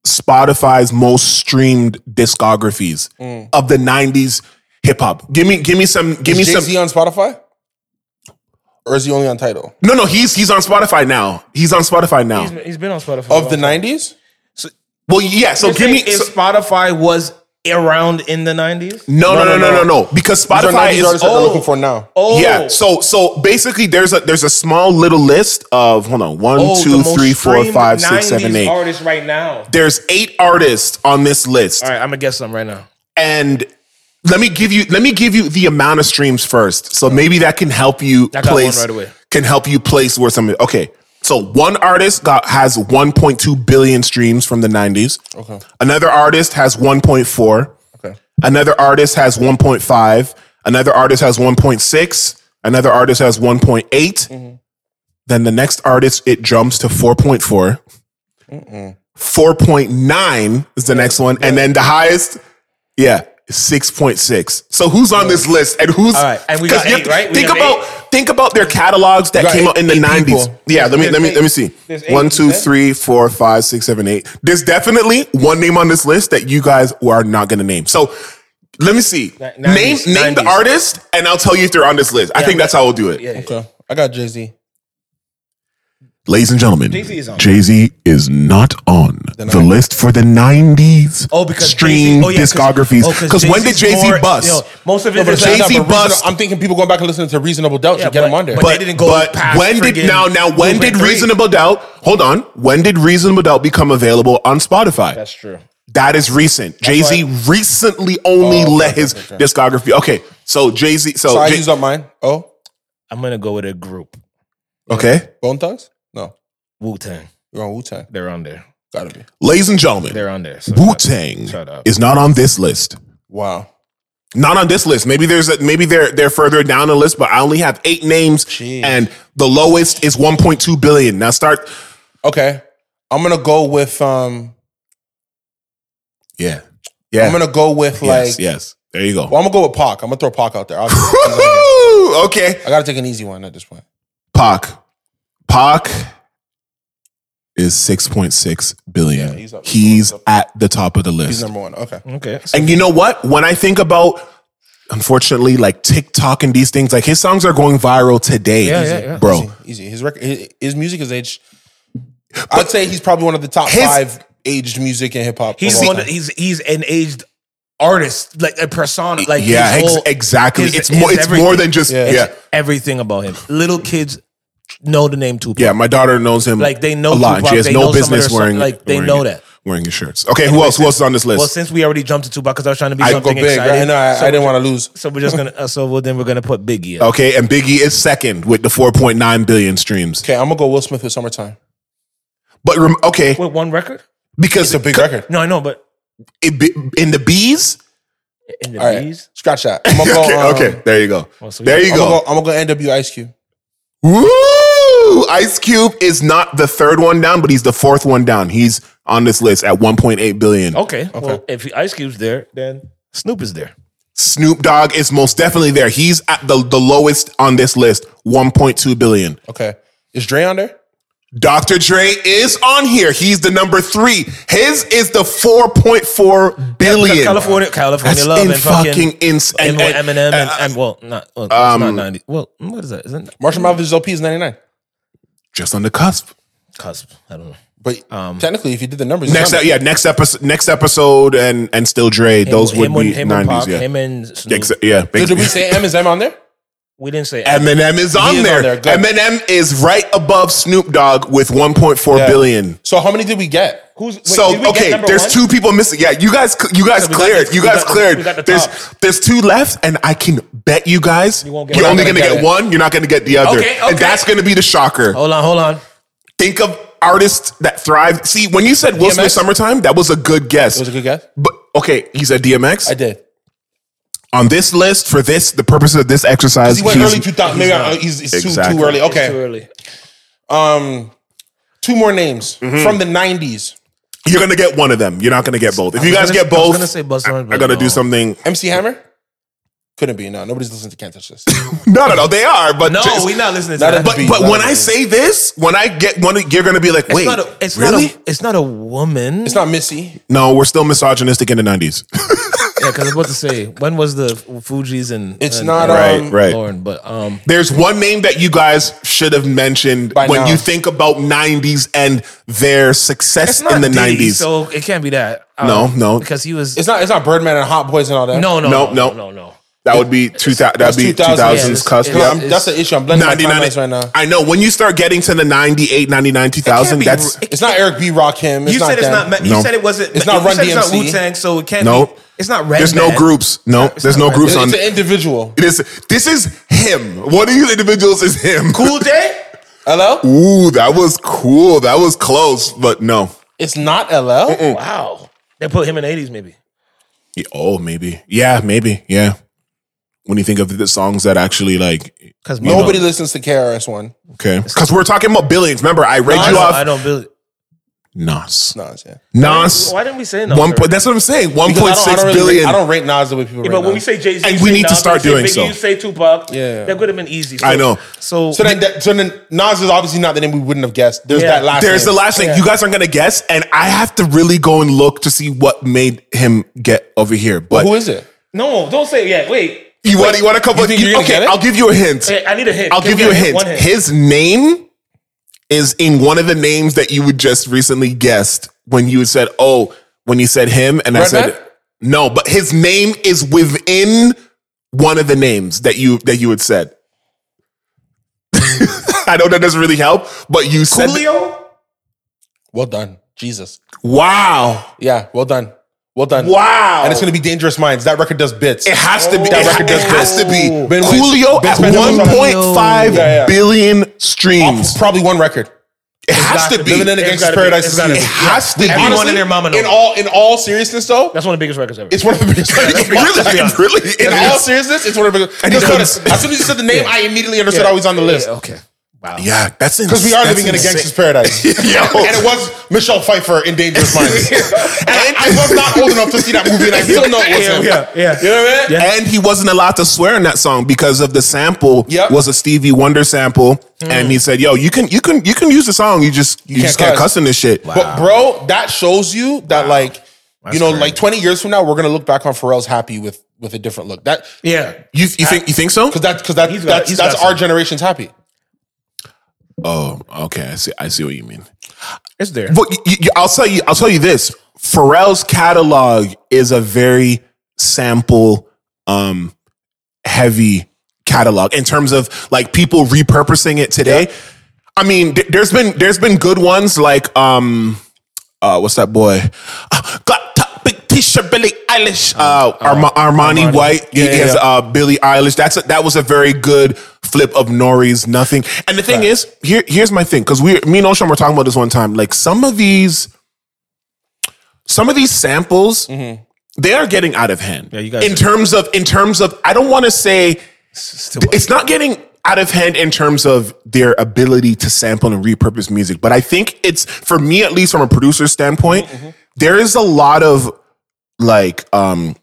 Spotify's most streamed discographies of the 90s hip hop? Give me give me some give me
is
some
Jay-Z on Spotify? Or is he only on title?
No, no, he's he's on Spotify now. He's on Spotify now.
He's- he's been on Spotify
Of the 90s?
well, yeah, so give me
if
so-
Spotify was around in the nineties.
no, no, no, no,
no,
no, no, because
These are 90s
Spotify is
artists that they're
old.
looking for now.
Oh,
Yeah. So so basically there's a there's a small little list of hold on one
Oh, the
two
most
three four
streamed
five six
90s
seven eight.
Artists right now.
There's eight artists on this list.
All right, I'm gonna guess some right now.
and let me give you let me give you the amount of streams first. So maybe that can help you
Oh. got one
place
right away.
can help you place where something. Okay, so one artist got has 1.2 billion streams from the 90s. Okay, another artist has 1.4. Okay, another artist has 1.5. Another artist has 1.6. Another artist has 1.8.
Mm-hmm.
Then the next artist it jumps to 4.4. 4.9 is the next one, and then the highest. Yeah, six point six. So who's on this list, and who's?
All right, and we
'cause
got
you
eight, right? We
Think
have
about think about their catalogs that
got
came
eight-
out in the
eight
nineties.
people.
Yeah, let me
There's
let me
eight.
let me see.
There's eight,
One,
you
two,
said?
three, four, five, six, seven, eight. There's definitely one name on this list that you guys are not going to name. So. Let me see.
Ni-
name
90s,
name the
90s.
artist, and I'll tell you if they're on this list. I think that's how we'll do it.
Yeah.
Okay. I got Jay-Z.
Ladies and gentlemen,
Jay-Z is on.
Jay-Z is not on the, list for the 90s
Oh, because Jay-Z,
stream
oh, yeah, 'cause-
discographies.
oh, 'cause
Because when did
Jay-Z's
Jay-Z
more-
bust?
yo, most of it
But
is
it's
Jay-Z
not
like,
about reasonable-
bust-
I'm thinking people going back and listening to Reasonable Doubt
Yeah,
should get
but-
him on there.
but- they didn't go past
when did
friggin'
now now when
Blueprint
did
three.
reasonable doubt hold on when did reasonable doubt become available on spotify
That's true.
that is recent jay-z recently only
Oh,
let his discography okay so jay-z so,
so I
Jay-
used up mine. Oh,
I'm gonna go with a group.
okay
Bone Thugs? No.
Wu Tang.
You're on Wu-Tang.
They're on there.
Gotta be.
ladies and gentlemen
They're on there. So
wu-tang
Shut up.
is not on this list
Wow.
not on this list. Maybe there's a, maybe they're they're further down the list, but I only have eight names,
Jeez.
and the lowest is 1.2 billion. Now start,
Okay. I'm gonna go with um
yeah, yeah,
I'm gonna go with like
yes, yes. There you go.
Well, I'm gonna go with Pac. I'm gonna throw Pac out there. obviously.
Woo-hoo! okay,
I gotta take an easy one at this point.
Pac, Pac is 6.6 billion.
Yeah, he's up-
he's at the top of the list.
He's number one. Okay.
Okay. So
And you know what? When I think about unfortunately, like TikTok and these things, like his songs are going viral today,
Yeah, yeah, yeah.
bro.
Easy. His record, his, his music is aged. I'd say he's probably one of the top
His-
five aged music in hip hop.
He's
of all
one.
time.
He's he's an aged artist, like a persona. Like
yeah,
his
ex-
whole-
exactly.
his-
it's
his
more. It's more
everything.
than just yeah.
Yeah.
yeah.
everything about him. Little kids know the name Tupac.
my daughter knows him.
Like, they know
a lot. and
Tupac,
She has
they know
no
some of
business
their songs,
wearing
like, they
wearing
know
it-
that.
wearing his shirts. Okay, who else? Who else is on this list?
Well, since we already jumped to Tupac, because I was trying to be
I go
something
big.
exciting.
Right? I know. I, I didn't want to lose.
So we're just gonna. Uh, so well, then we're gonna put Biggie. in.
okay, and Biggie is second with the 4.9 billion streams.
Okay, I'm gonna go Will Smith with "Summertime."
But rem- okay,
With one record?
because
It's a big
c-
record.
No, I know, but
it be- in the bees.
in the
All right,
bees.
scratch that. I'm gonna go.
Okay,
um,
okay, there you go.
uh, Well, so we-
there you
I'm gonna
go.
go. I'm gonna go NW Ice Cube.
Woo! Ice Cube is not the third one down, but he's the fourth one down. He's on this list at 1.8 billion.
Okay. Well, if Ice Cube's there, then Snoop is there.
Snoop Dogg is most definitely there. He's at the, the lowest on this list, 1.2 billion.
Okay, is Dre on there?
Dr. Dre is on here. He's the number three. His is the 4.4 billion.
California, California
That's
love
in
and fucking,
fucking ins- and-
and,
and-
Eminem and,
uh, um,
and well, not well, it's not ninety. Well, what is that? Isn't it
Marshall Mathers LP is 99.
Just on the cusp.
cusp? I don't know.
But
Um,
technically, if you did the numbers, he's
Next,
on
e-
there.
yeah, next episode, next episode, and and still Dre. Those
Him-
would
him
be
and- him and
nineties.
Pac,
Yeah,
Him and Snoop.
Exa- yeah.
So did we say M is M on there?
We didn't say
Eminem is on
is on
there.
there, good.
Eminem is right above Snoop Dogg with 1.4
Yeah.
billion.
So how many did we get?
Who's wait, did we
so
get
okay,
number
there's
one?
two people missing. Yeah, you guys, cl- you guys
So we got
cleared.
the-
you
we
guys
got the-
cleared.
we got the
there's
tops.
there's two left, and I can bet you guys
won't get
you're
one.
only
We're not
gonna
gonna
get
get
one. You're not gonna get the other,
Okay, okay. Oh.
and that's gonna be the shocker.
Hold on, hold on.
Think of artists that thrive. See, when you said Will Smith
DMX?
"Summertime," that was a good guess.
It was a good guess.
but okay, he said DMX
I did.
on this list for this the purpose of this exercise.
He went
he's-
early 2000. Maybe I- he's, it's too,
Exactly.
too early. Okay.
It's too early.
Um, two more names
Mm-hmm.
from the '90s.
You're gonna get one of them. You're not gonna get both. If you guys
gonna-
get
I was
both,
gonna say Busta Rhymes,
I
but
gotta
no.
do something.
MC Hammer couldn't be. No, nobody's listening to Can't Touch This.
No, no, no. They are, but
No,
just-
we're not listening to
Not
that.
a-
But
Beat,
but
that
when
would
I
be-
say this, when I get one, you're gonna be like, wait,
it's not a, it's
really?
Not a, it's not a woman.
It's not Missy.
no, we're still misogynistic in the nineties.
yeah, because I was about to say when was the Fuji's and
It's
and-
not,
and
uh,
right,
Um,
right.
Lauren, but um,
There's one name that you guys should have mentioned
By
when
now.
you think about nineties and their success
it's not
in the
Diddy,
nineties.
so it can't be that. Um,
No, no.
because he was
It's not. It's not Birdman and Hot Boys and all that.
no, no,
No,
no,
no.
no, no, no.
that would be two thousand. That'd
that's
be two
2000s.
thousands
Yeah,
cusp.
it's-
Yeah,
Yeah.
I'm- that's the issue. I'm blending my
99
timelines right now.
I know when you start getting to the 98, 99, 2000,
be-
that's
it-
It's not Eric B. Rock him. It's
You
not
said it's
them.
not. Ma-
No.
You said it wasn't.
It's
Ma-
not
you
Run
said It's
DMC.
not Wu Tang, so it can't.
No.
be. it's not Red.
there's no
Man.
groups. No,
It's
there's
not
no
right.
groups
It's,
on.
it's an individual.
It is this is him. One of these individuals is him.
Cool J.
LL.
Ooh, that was cool. That was close, but no.
It's not LL.
Wow, they put him in the eighties maybe.
Yeah, oh, maybe. Yeah, maybe. Yeah. When you think of the songs that actually like
Because
Nobody listens to KRS One.
okay, because we're talking about billions. Remember, I read
I
you
don't,
off
I don't believe.
Nas.
No, it's- yeah.
Nas.
Why didn't we say no?
One
sir?
point. That's what I'm saying. One
Because
point
I don't,
six
I don't really-
billion.
I don't rate Nas the way people rate
Yeah, but when
Nas.
we say Jay Z,
And we need to start doing so.
You say Tupac.
Yeah.
that would have been easy. So,
I know.
So,
so then, that, so then Nas is obviously not the name we wouldn't have guessed. There's
Yeah.
that last.
There's
name.
the last thing you guys aren't gonna guess, and I have to really go and look to see what made him get over here. But
Who is it?
no, don't say it yet. Wait,
you want you want a couple?
You
of
think you're gonna
okay,
get it?
I'll give you a hint.
Hey, I need a hint.
I'll
Can
give
we
you a
get
hint.
One hint.
His name is in one of the names that you would just recently guessed when you said, "Oh," when you said him, and I said,
Redman?
"No," but his name is within one of the names that you that you had said. I know that doesn't really help, but you said,
Coolio.
Well done, Jesus.
"Wow,
Yeah, well done, well done.
wow!"
And it's gonna be Dangerous Minds. That record does bits.
it has to be.
That
it,
record does
it has
good.
to be.
Ben Wins-
Coolio
Ben
at
Spencer was on-
1.5
Yeah, yeah.
billion streams.
Probably one record.
It has
Got
to be.
Living in the
It
Gangsta's
It's gotta be.
Paradise.
It's
is
gotta
huge.
be.
has to be.
Everyone and their mama
in
know.
all in all seriousness though,
That's one of the biggest records ever.
it's one of the biggest.
It really, it really it
in all
is.
seriousness, it's one of the biggest.
And he
Just notice,
comes-
as soon as you said the name, I immediately understood I was on the list.
okay. Wow.
Yeah, that's
Because we are living in a gangster's paradise.
Yo.
And it was Michelle Pfeiffer in Dangerous Minds. and I, I was not old enough to see that movie, and I still know it was him.
Yeah, yeah.
You know what I mean?
And he wasn't allowed to swear in that song because of the sample
Yep. Mm.
was a Stevie Wonder sample, and he said, "Yo, you can, you can, you can use the song. You just, you,
can't
just can't
cuss.
cuss in this shit."
But bro, that shows you that like you know, like 20 years from now, we're gonna look back on Pharrell's happy with with a different look. That
Yeah.
You, you think you think so?
because that because that
He's got-
that's
he's
that's
got
our
some.
generation's happy.
Oh, okay. I see. I see what you mean.
It's there.
But you, you, I'll tell you. I'll tell you this. Pharrell's catalog is a very sample um, heavy catalog in terms of like people repurposing it today. I mean, th- there's been there's been good ones like um, uh, what's that boy? Uh, got top big t-shirt, Billie Eilish, uh, Arma- Armani, White. He
yeah,
has
yeah.
uh, Billie Eilish. That's a, that was a very good flip of Nori's nothing. And the thing is, here here's my thing because we me and Osham were talking about this one time. Like some of these, some of these samples. They are getting out of hand.
you guys
in
are-
terms of, in terms of, I don't want to say it's not getting out of hand in terms of their ability to sample and repurpose music but i think it's for me at least from a producer standpoint
Mm-hmm,
there is a lot of like um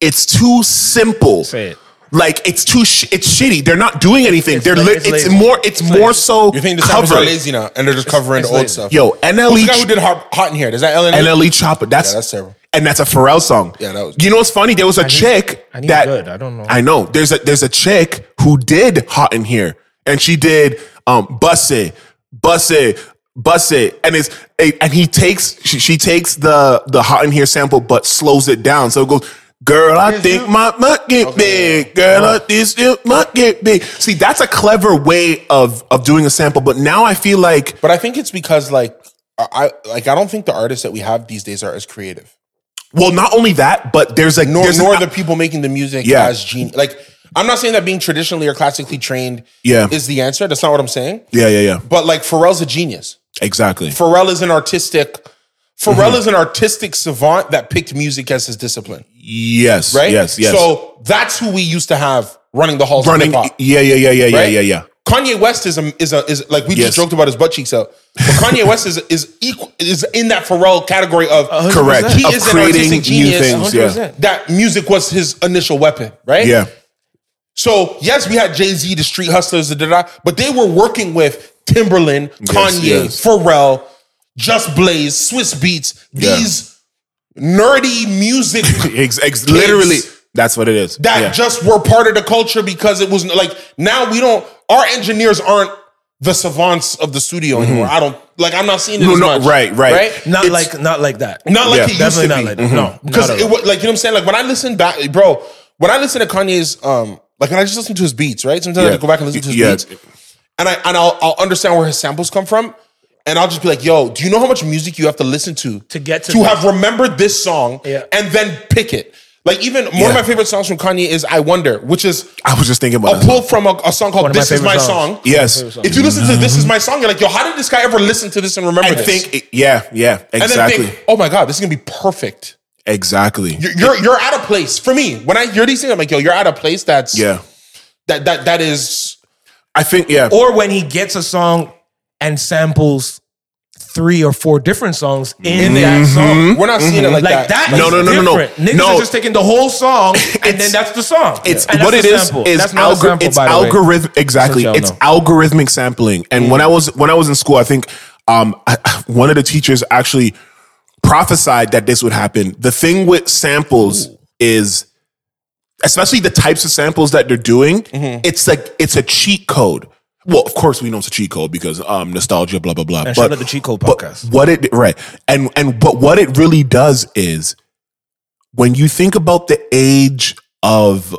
it's too simple
Say it.
like it's too sh- it's shitty they're not doing anything they're
la-
li-
it's
it's,
lazy.
more it's, more so
You think the samples are
covered
lazy now and they're just covering the
it's
old
lazy.
stuff?
yo E
Who's the guy who
nle
did hot, hot in here? Is that E? Ellen?
nle E chopper that's
that's terrible.
and that's a pharrell song
Yeah, that was-
you know what's funny there was a chick
I need
that
good. I don't know.
I know. There's a there's a chick who did hot in here, and she did um bust it, bust it, bust it, and it's a- and he takes she, she takes the the hot in here sample but slows it down, so it goes. Girl, I think my mutt get big. Girl, I this it might get big. See, that's a clever way of of doing a sample. But now I feel like
But I think it's because like I I- like I don't think the artists that we have these days are as creative.
well, not only that, but there's like
nor
there's an-
nor the people making the music
Yeah.
as genius. Like I'm not saying that being traditionally or classically trained
Yeah.
is the answer. That's not what I'm saying.
yeah yeah yeah
But like Pharrell's a genius.
exactly
Pharrell is an artistic. Pharrell
Mm-hmm.
is an artistic savant that picked music as his discipline,
yes
right?
yes yes
So that's who we used to have running the halls
running
of hip hop.
yeah yeah yeah yeah yeah
right?
yeah yeah
Kanye West is a, is a, is like we
Yes.
just joked about his butt cheeks out, but Kanye West is is equal is in that Pharrell category of
correct
He
of
is an
creating
artistic
new
genius.
things yeah
100%.
That music was his initial weapon, right?
yeah
So yes, we had Jay Z, the Street Hustlers, the da da, but they were working with Timberland, Kanye,
yes.
Pharrell, Just Blaze, Swiss Beats,
Yeah.
these nerdy music
Ex- ex- literally that's what it is
that
yeah.
just were part of the culture because it was like now we don't our engineers aren't the savants of the studio anymore. I don't like I'm not seeing it
Mm-hmm. No,
as
no,
much,
right, right.
Not
It's-
like not like that.
Not like
Yeah. Mm-hmm.
it used
Definitely
to
not
be.
like that. No.
because
not at
it
all.
was like you know what I'm saying. Like when I listen back, bro, when I listen to Kanye's, um, like and I just listen to his beats, right? Sometimes I
Yeah.
have to go back and listen to his
Yeah.
beats, and I and I'll I'll understand where his samples come from, and I'll just be like, yo, do you know how much music you have to listen to
To get to
to
that.
have remembered this song
Yeah.
and then pick it? Like even one
Yeah.
of my favorite songs from Kanye is "I Wonder," which is
I was just thinking about
a
that
pull
song.
from a, a song called
of my
"This Is
favorite
My
songs.
Song."
yes
If you listen to "This Is My Song," you're like, yo, how did this guy ever listen to this and remember
I
this?
think it- yeah yeah
and then
exactly
think, oh my god, this is gonna be perfect
exactly
you're- you're you're at a place for me when I hear these things. I'm like, yo, you're at a place that's
yeah
that that that is
I think yeah
or when he gets a song and samples three or four different songs in that song.
we're not seeing it like,
Mm-hmm. Like that.
that.
is
Mm-hmm. No, no, no, no, no.
different. Niggas
No.
are just taking the whole song and then that's the song.
it's
and that's
what
the
it is
sample.
is
that's not
algor-
a sample,
it's
by the way.
algorithm exactly
y'all
it's
know. Mm.
algorithmic sampling and when i was when i was in school i think um one of the teachers actually prophesied that this would happen the thing with samples is especially the types of samples that they're doing
Mm-hmm.
it's like it's a cheat code well of course we know it's a cheat code because um nostalgia blah blah blah
And shout out the Cheat Code
but
podcast.
what it right and and but what it really does is when you think about the age of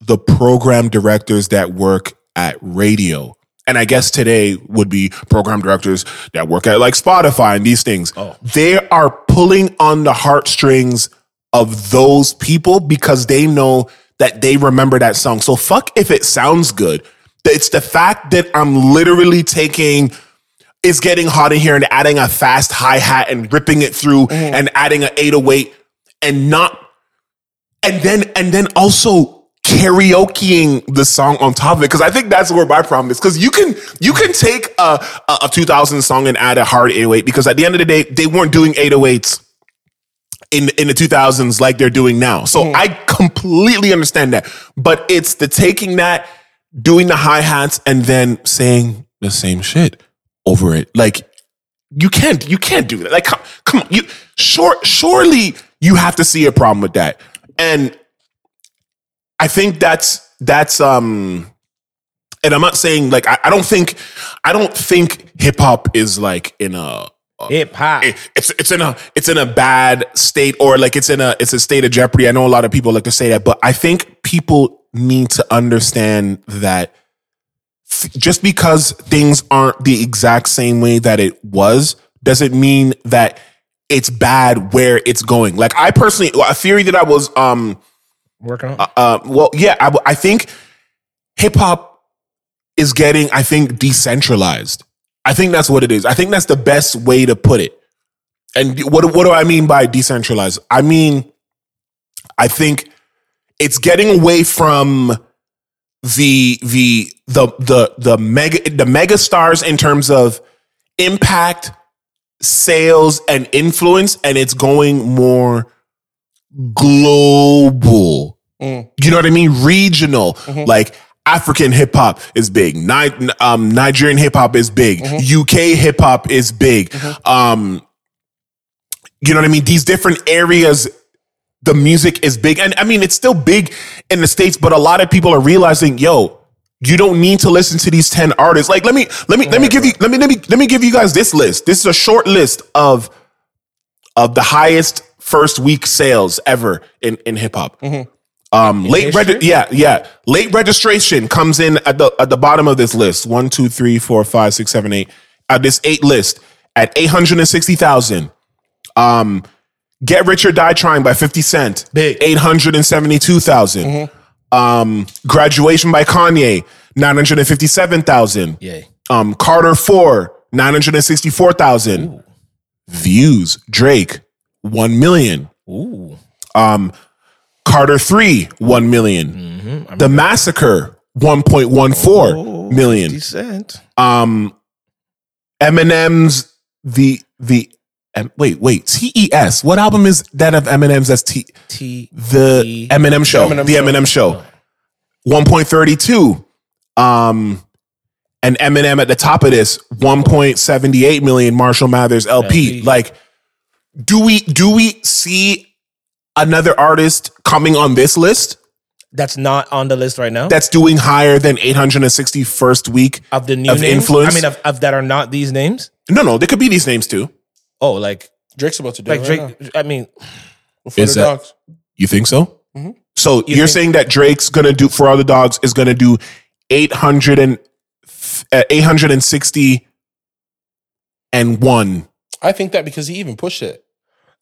the program directors that work at radio, and I guess today would be program directors that work at like Spotify and these things, they are pulling on the heartstrings of those people because they know that they remember that song. So fuck if it sounds good. It's the fact that I'm literally taking it's getting hot in here and adding a fast hi hat and ripping it through and adding an 808 and not and then and then also karaokeing the song on top of it because I think that's where my problem is because you can you can take a, a a 2000 song and add a hard 808 because at the end of the day they weren't doing 808s in in the 2000s like they're doing now so I completely understand that but it's the taking that doing the hi hats and then saying the same shit over it like you can't you can't do that like come, come on you sure surely you have to see a problem with that. And I think that's that's um and I'm not saying like I, I don't think I don't think hip hop is like in a
uh, Hip hop.
it- it's it's in a it's in a bad state or like it's in a it's a state of jeopardy. I know a lot of people like to say that, but I think people need to understand that th- just because things aren't the exact same way that it was doesn't mean that it's bad where it's going. Like I personally a theory that I was um
Working on.
uh, well, yeah, I, I think hip hop is getting, I think, decentralized. I think that's what it is. I think that's the best way to put it. And what what do I mean by decentralized? I mean, I think it's getting away from the the the the the mega the mega stars in terms of impact, sales, and influence, and it's going more global.
Mm.
You know what I mean? Regional, like African hip hop is big. Ni- um, Nigerian hip hop is big. UK hip hop is big. Um, you know what I mean? These different areas, the music is big, and I mean it's still big in the states. But a lot of people are realizing, yo, you don't need to listen to these ten artists. Like, let me let me let me give you let me let me let me give you guys this list. This is a short list of of the highest first week sales ever in in hip hop. Um, late
history?
regi- yeah, yeah. Late registration comes in at the at the bottom of this list. One, two, three, four, five, six, seven, eight. At this eight list at eight hundred and sixty thousand. Um, Get Rich or Die Trying by 50 Cent.
Big. Mm-hmm.
872,000. Um, Graduation by Kanye, 957,000.
Yay.
Um, Carter 4, 964,000. Views, Drake, 1 million. Um,
Ooh.
Carter 3, 1 million.
Mm. Mm-hmm.
The Massacre,
Oh,
1.14 million.
Decent.
Um, Eminem's the, the, em, wait, wait, TES. What album is that of Eminem's that's T?
T.
the
The
Eminem show,
Eminem
the
Show.
Eminem show, one point thirty two, um, and Eminem at the top of this one point seventy eight million Marshall Mathers LP.
LP.
Like, do we do we see another artist coming on this list
That's not on the list right now.
that's doing higher than eight hundred and sixty first week?
of the new
of
names? I
influence?
mean, of, of that are not these names.
No, no, there could be these names too.
Oh, like
Drake's about to do
like
it.
Drake. I mean,
Before
Is
the
that-
dogs.
You think so?
Mhm.
So you are
think-
saying that Drake's gonna do for other dogs is gonna do 800 and uh, 860 and one.
I think that because he even pushed it.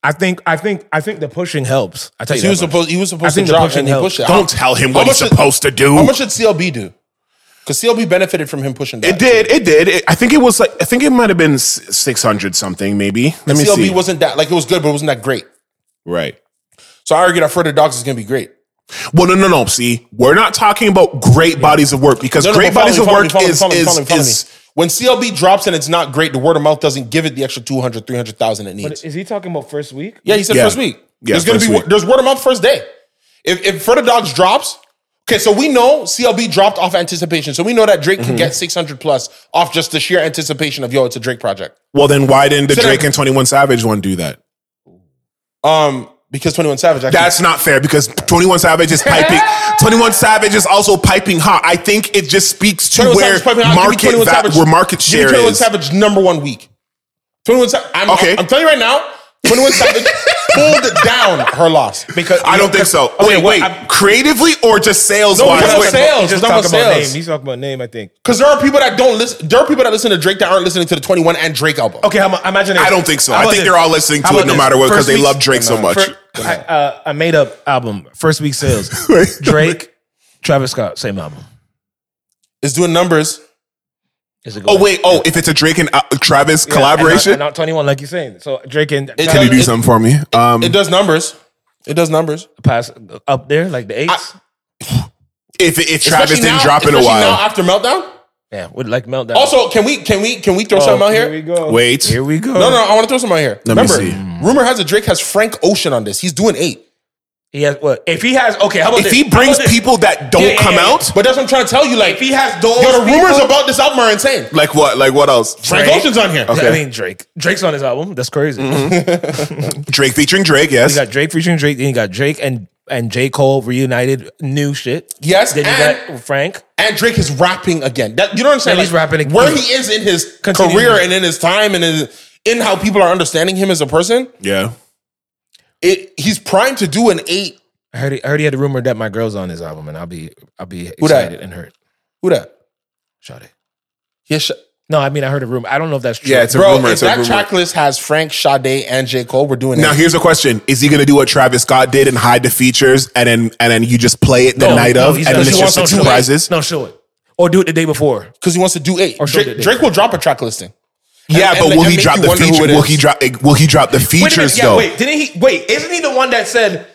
I think I think I think the pushing helps. I tell you,
He was
that much.
supposed he was
I
supposed to
think the
drop
pushing
and he
helped.
pushed it.
Don't tell him what
how
he's
much is-
supposed to do.
How much did CLB do? Because CLB benefited from him pushing that.
it did. It did. It- I think it was like I think it might have been s- 600 something maybe. Let me
CLB
see.
wasn't that like it was good, but it wasn't that great.
right.
So I argue that Further Dogs is gonna be great.
Well, no, no, no. See, we're not talking about great bodies of work because
No, no,
great
but
bodies of
follow me,
work
follow me,
is
follow me,
is
follow me, follow me,
is
follow me. when CLB drops and it's not great, the word of mouth doesn't give it the extra 200, 300,000 it needs.
Is he talking about first week?
yeah, he said
Yeah.
first week.
Yeah,
there's gonna
first
be
week.
there's word of mouth first day. If if Further Dogs drops, okay, so we know CLB dropped off anticipation, so we know that Drake
Mm-hmm.
can get 600 plus off just the sheer anticipation of yo, it's a Drake project.
well then why didn't the
So
Drake
then-
and 21 Savage one do that?
Um, because 21 Savage actually
That's not fair because 21 Savage is piping. 21 Savage is also piping hot. I think it just speaks to
21
where
Savage probably not. Give me
market
21
va-
Savage-
where market
give me
share
21
is.
Savage number one week. 21 Savage. I'm,
Okay.
I'm, I'm telling you right now, 21 Savage pulled down her loss.
Because
I don't think so.
Okay,
wait,
well,
wait.
I'm-
Creatively or just sales wise?
because of
Wait,
sales.
He's
We're
just
talking
talking
about
about
sales.
name. He's talking about name. I think.
Because there are people that don't listen. There are people that listen to Drake that aren't listening to the 21 and Drake album.
Okay, I'm, imagine.
I don't think so. I think they're all listening to it no matter what because they love Drake so much.
I, uh, I made up album first week sales. Drake, Travis Scott, same album.
It's doing numbers.
Is it
oh wait. Oh, if it's a Drake and uh, Travis collaboration,
And not, and not 21, like you're saying. So Drake and
It-
can
Travis
you do
it-
something for me? Um,
It does numbers. It does numbers.
pass up there, like the eights.
if if Travis
Especially
didn't
now-
drop in a
especially
while,
Now after meltdown.
yeah, would like meltdown.
Also, can we can we can we throw
Oh,
something out
we
here?
go.
wait.
Here we go.
No, no, I want to throw something out here.
Let me
Remember,
see.
rumor has it Drake has Frank Ocean on this. He's doing eight.
He has what? If he has okay, how about
If
this?
he
How
brings
about this?
people that don't
Yeah, yeah,
come
yeah.
out,
But that's what I'm trying to tell you. Like,
If he has those
yo, the rumors
people-
about this album are insane.
like what? Like what else?
Frank
Drake.
Ocean's on here.
I mean Drake. Drake's on his album. That's crazy.
Mm-hmm. Drake featuring Drake,
You
yes.
got Drake featuring Drake, then you got Drake and and J Cole reunited, new shit.
Yes,
Then you
and-
got Frank.
And Drake is rapping again. That, you know what I'm saying?
Yeah, he's rapping again.
Where he is in his
Continue.
career and in his time and in, in how people are understanding him as a person,
yeah.
it, he's primed to do an eight.
I heard he, I heard he had a rumor that my girl's on his album, and I'll be I'll be
that?
excited and hurt.
Who that?
Shot it.
Yeah, Sha-
No, I mean I heard a rumor. I don't know if that's true.
Yeah, it's a
bro,
rumor.
if
It's a
that
rumor.
track list has Frank, Sade, and J. Cole, we're doing
Now
it.
here's a question: Is he going to do what Travis Scott did and hide the features, and then and then you just play it the
No,
night
no,
of,
he's
and
not-
then
he
it's just
wants to do it.
surprises?
No, show it or do it the day before.
Because he wants to do eight.
Or show
Drake,
that
Drake will drop a track listing.
Yeah,
And-
but
and-
will
and
he
make
drop
you
the
wonder who
feature?
it
Will
is.
he drop? Will he drop the
Wait a minute,
features
yeah,
though?
wait. Didn't he? Wait, isn't he the one that said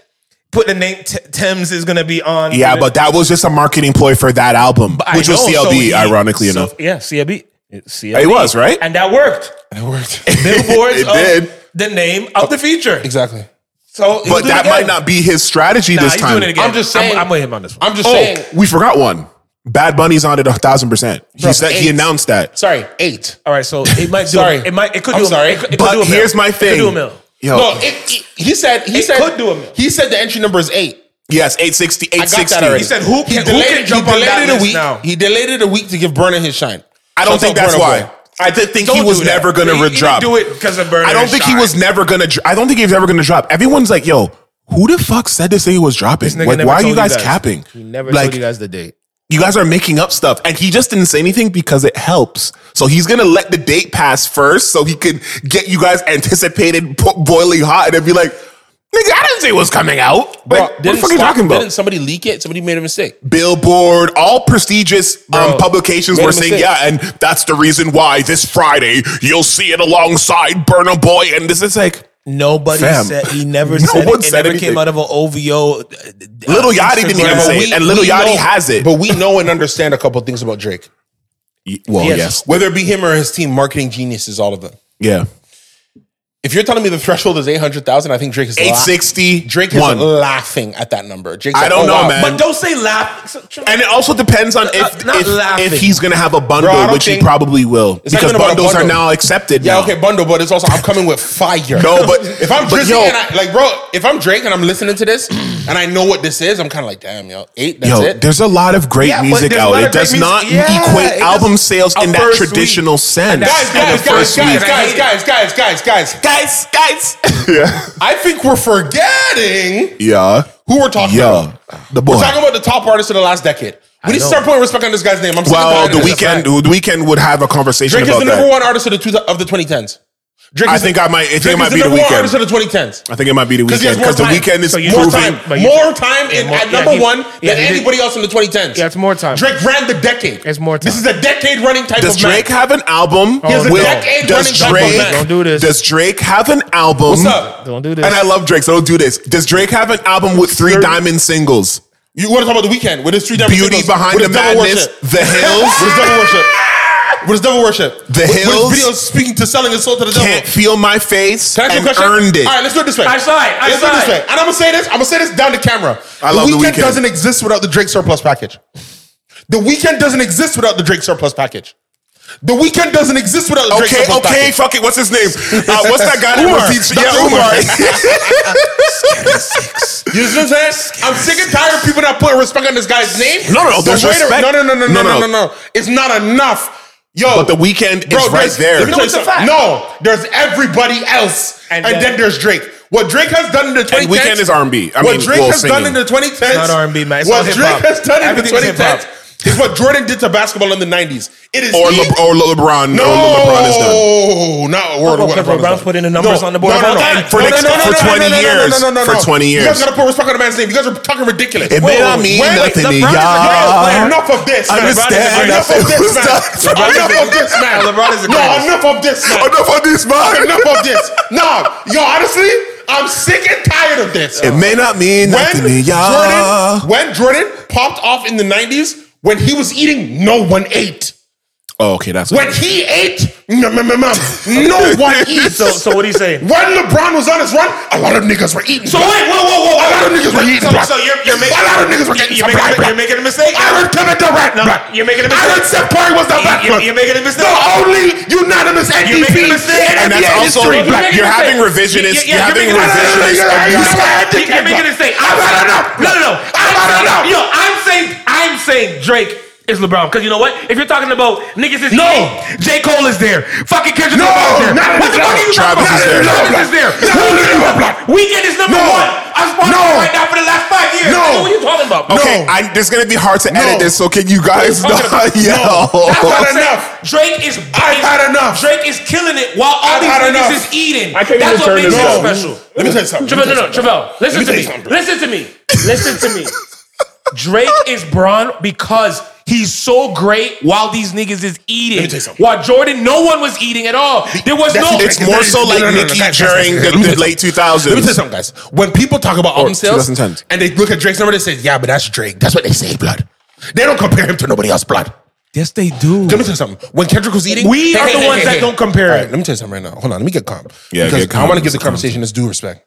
put the name T- Thames is gonna be on?
Yeah, but that was just a marketing ploy for that album,
I
which was
know, so
CLB,
he-
ironically
so-
enough.
Yeah, CLB. CLB.
It was right.
and that worked.
It worked.
Billboards
It
of
did.
the name of the feature.
exactly.
So,
but that might not be his strategy this time.
I'm just saying-
I'm, I'm with him on this one.
I'm just saying.
Oh, we forgot one. Bad Bunny's on it a thousand percent. He said he
eight.
announced that.
Sorry, eight.
Oh, All right, so it might. Do,
Sorry.
it might. It could
I'm
do.
sorry.
A, it could, it could do a
But
mil.
here's my thing.
It could do a mil.
Yo,
No, it, it- he said he
It
said
could do a mil.
he said the entry number is eight.
yes, 860,
I got that
860.
already.
He said, who can- who can
it-
jump on that
it a
list
week.
now?
He delayed it a week to give Burner his shine.
I don't
Shout
think
out
that's
Burna
why.
Boy.
I did think he
Don't
was
do that.
never going
He- he
to
didn't
drop.
Do it because of Burner.
I don't think he was never gonna. dr- I don't think he was ever gonna drop. Everyone's like, "Yo, who the fuck said this thing he was dropping?
nigga
Like,
never
why are
told
you
you
guys,
guys.
capping?
Never
like,
told you guys the date.
you guys are making up stuff." And he just didn't say anything because it helps. So he's gonna let the date pass first, so he could get you guys anticipated bo- boiling hot, and then be like, "Nigga, I didn't say what's coming out.
Bro,
like, what the
didn't
fuck are you
Spock-
talking about?"
Didn't somebody leak it? Somebody made a mistake.
Billboard, all prestigious
Bro,
um, publications
made
were
a
saying,
mistake.
yeah, and that's the reason why this Friday you'll see it alongside Burna Boy. And this is like,
Nobody
Fam.
said. He never
No
said.
one
it. It
said
never
anything.
came out of an OVO. uh,
Little
uh,
Yachty didn't even
Instagram.
say it.
we-
and Lil
we
Yachty
know-
has it.
But we know and understand a couple things about Drake.
Y- well,
Yes.
yes.
Whether it be him or his team, marketing geniuses, all of them.
Yeah.
If you're telling me the threshold is eight hundred thousand, I think Drake is la-
860.
Drake is
one.
uh,
laughing at that number. Drake's
I
like,
don't
oh,
know,
wow.
man.
But don't say laugh.
And it also depends on if
Not laughing.
if, if he's going to have a bundle,
Bro, I don't
which
think-
he probably will.
not
Because
even about a
bundles are
bundle.
now accepted.
Yeah,
now.
okay, bundle, but it's also I'm coming with fire.
No, but-
if I'm
but
Drizzy
yo-
and I like, bro, if I'm Drake and I'm listening to this and I know what this is, I'm kind of like, damn, yo, eight. That's
Yo,
it.
there's a lot of great
Yeah, but
music
there's a
out.
lot
It
of great
does
music-
not
Yeah, it
equate album
doesn't-
sales
a
in that
first week.
traditional sense.
guys,
that's-
In the
guys, guys,
first
guys,
week.
guys, guys, guys, guys, guys,
guys, guys. yeah.
I think we're forgetting
Yeah.
who we're talking about.
Yeah. The boy.
We're talking about the top artists of the last decade. We need to
know.
start putting respect on this guy's name. I'm sick of
well,
dying
the
of this.
weekend the weekend would have a conversation
Drake is
about
the
that.
number one artist of the two, of the 2010s. Drake
I
is the-
think I might I think
Drake
it
is
might
the
be the
number one
weekend.
artist of the 2010s.
I think it might be the
Because he has
weekend
more
because the
time.
weekend is
So you-
more
proving
time,
But you-
more time in,
Yeah, more-
at
yeah,
number
he-
one
yeah,
than
he did-
anybody else in the 2010s.
Yeah, it's more time.
Drake ran the decade.
It's more time.
This is a decade running type
Does
of man.
Drake have an album?
has a
with-
decade running
does
back
Drake
on that.
Don't do this.
Does Drake have an album?
What's up?
Don't do this.
And I love Drake, so don't do this. Does Drake have an album with three diamond singles?
You want to talk about the weekend with his three different
Beauty
singles,
behind
with his
the
devil
madness,
worship.
the
With his
hills,
devil worship. With his devil worship.
The
with,
Hills.
With his videos speaking to selling his soul to the
can't
devil.
feel my face,
Can I ask you a
and
question?
earned it.
All right, let's do it this way.
I saw it. I
let's
saw
do it this
it.
way. And I'm gonna say this. I'm gonna say this down to camera.
I love The Weeknd.
doesn't exist without the Drake surplus package. The weekend doesn't exist without the Drake surplus package. The weekend doesn't exist without the Drake
Okay,
surplus
okay,
package.
fuck it. What's his name? Uh, what's that guy? that
Umar.
was teach-
Dr.
Yeah, Umar.
You see what I'm saying? I'm sick and tired of people not putting respect on this guy's name.
No, no, no,
The
there's
way to-
respect.
No, no, no, no, no,
No,
no,
no.
no, no. It's not enough. Yo,
But The Weeknd is right
there's-
there.
let me tell you
No, it's a
something.
fact.
No, there's everybody else, and,
And
then,
then-
there's Drake. What Drake has done in the 2010s,
And Weeknd is R&B. I
what
mean,
Drake
well,
has done
singing.
in the 2010s,
It's not R&B, man. It's all
what Drake
hip-hop.
has done in the
Everything's
2010s is what Jordan did to basketball in the 90s. It is
or,
he-
Le- or LeBron.
no,
Or LeBron is done.
not or
No,
LeBron is
because LeBron's
done.
putting the numbers on the board.
No, no,
Hold
no,
on.
no,
For
no,
next-
no, no,
for
no, no, no,
20
no,
years.
no, no, no, no,
For 20
You guys
years.
gotta put respect on the man's name. You guys are talking ridiculous.
It may not mean
wait,
nothing to
LeBron is a
y'all.
great player.
Enough of this. man.
Understand
Enough of
that it
this,
was
man.
done.
Enough of this, man.
LeBron is the
No,
greatest.
enough of this, man.
Enough of this, man.
Enough of this. Nah, yo, honestly, I'm sick and tired of this.
It may not mean nothing to
When
y'all.
Jordan, when Jordan popped off in the 90s, when he was eating, no one ate.
Oh, okay, that's
When he ate, no, no, no, no, no one eats.
So, so what are you saying?
when LeBron was on his run, a lot of niggas were eating. So wait, whoa, whoa, whoa! A lot of niggas were eating.
So,
block.
so you're, you're making
a lot of niggas were getting.
you're making, you're making a mistake.
I heard Kevin Durant.
No,
block.
you're making a
I
mistake.
heard Steph Curry was the
You-
best.
you-
block.
you're making a mistake.
The only unanimous
You're
MVP
making a
in
mistake.
NBA
and that's also
history.
black.
block.
You're having
Yeah,
revisionist.
yeah,
You're having
you're making-
revisionist abuse.
You're making a mistake.
I've had enough.
No, no, no.
I've had enough.
Yo, I'm saying, I'm saying Drake is LeBron. Because you know what? If you're talking about niggas is no, J Cole is there. Fucking Kendrick
No,
Lamar is there.
not in
What
the
the fuck
club.
are you talking
Travis
about?
is there.
Travis is there.
No,
Who
no,
is
no,
number
no.
one? Weekend is number
No.
one. I'm sponsored
No.
right now for the last five years.
No.
What are you talking about?
Okay,
No.
I, this is gonna be hard to edit
No.
this. So can you guys
What are
not
you talking
yell?
That's
I'm saying
enough.
Drake is.
I've had enough.
Drake is killing it while all
I've
these
had
niggas
enough.
is eating.
I can't
That's what
even turn
makes
this
him
off.
special.
Let me tell you something.
Travell, no, no, Travell, listen to me.
Let me tell you something.
Listen to me. Listen to me. Drake is Braun because he's so great while these niggas is eating.
me tell you something.
While Jordan, no one was eating at all. There was
That's
no.
the
It's more so like
No, no, no, no,
Nicki
guys, guys,
during
guys,
the-
guys, let me
the late
tell you something.
2000s.
Let me tell you something, guys. When people talk about album sales
2010s.
and they look at Drake's number, they say, "Yeah, but that's Drake." That's what they say, blood. They don't compare him to nobody else, blood.
Yes, they do.
Let me tell you something. When Kendrick was eating,
We are the ones that don't compare
All right,
it.
let me tell you something right now. Hold on, let me get calm.
Yeah,
because
get calm, Mm-hmm.
I want to give
get
the
calm.
conversation its due respect.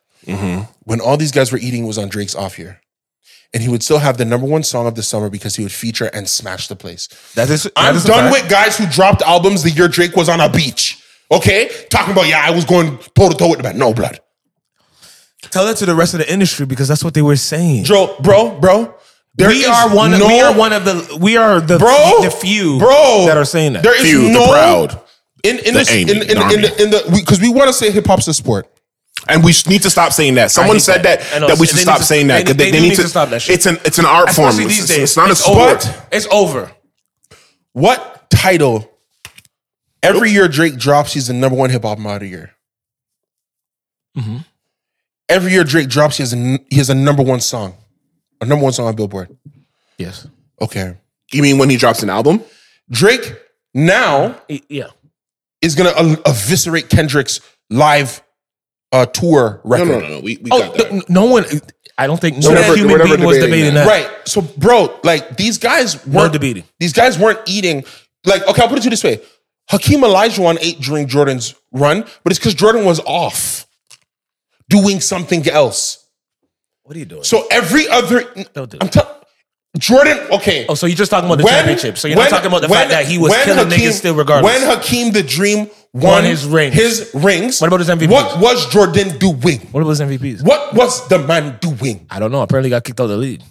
When all these guys were eating was on Drake's off year, and he would still have the number one song of the summer because he would feature and smash the place.
That is- that
I'm
is a
done
fact.
with guys who dropped albums the year Drake was on a beach. Okay, talking about yeah, I was going toe to toe with the man. No blood.
Tell that to the rest of the industry because that's what they were saying.
bro, bro, bro. There
we
is
are one.
No,
we are one of the. We are the
bro.
The few,
bro,
that are saying that.
There is
Few, the
no
proud.
in in this in
ain't,
in, in,
nah,
the- in the because we, want to say hip hop's a sport.
And we sh- need to stop saying that. Someone
hate
said
that.
that
I know.
that, we should
They
stop
need to-
saying that
they-
because they,
they
they
need
need
to
to,
stop that shit.
It's an it's an art form.
Especially
It's,
these
it's-
days.
it's not
It's
a sport.
over. It's over.
What title? Every year Drake drops, he's the number one hip hop model of the year. Every year Drake drops, he has a, n- he has a number one song, a number one song on Billboard.
Yes.
Okay,
You mean when he drops an album?
Drake now
Yeah.
is gonna ev- eviscerate Kendrick's live uh, tour
No,
record.
no, no, no. We, we
Oh,
got that.
no, no one. I don't think no
We're never-
human
we're never
being was
debating
debating that.
that.
Right. So, bro, like these guys weren't
No debating.
These guys weren't eating. Like, okay, I'll put it to you this way: Hakeem Olajuwon ate during Jordan's run, but it's because Jordan was off doing something else.
What are you doing?
So every other,
Don't do
I'm telling Jordan. Okay.
oh, so you're just talking about the championship. So you're
when-
not talking about the
when-
fact that he was
when
killing niggas still regardless.
When Hakeem the Dream won,
his rings.
his rings.
What about his MVPs?
What was Jordan doing?
what was MVPs?
What was the man doing?
I don't know. Apparently got kicked out of the league.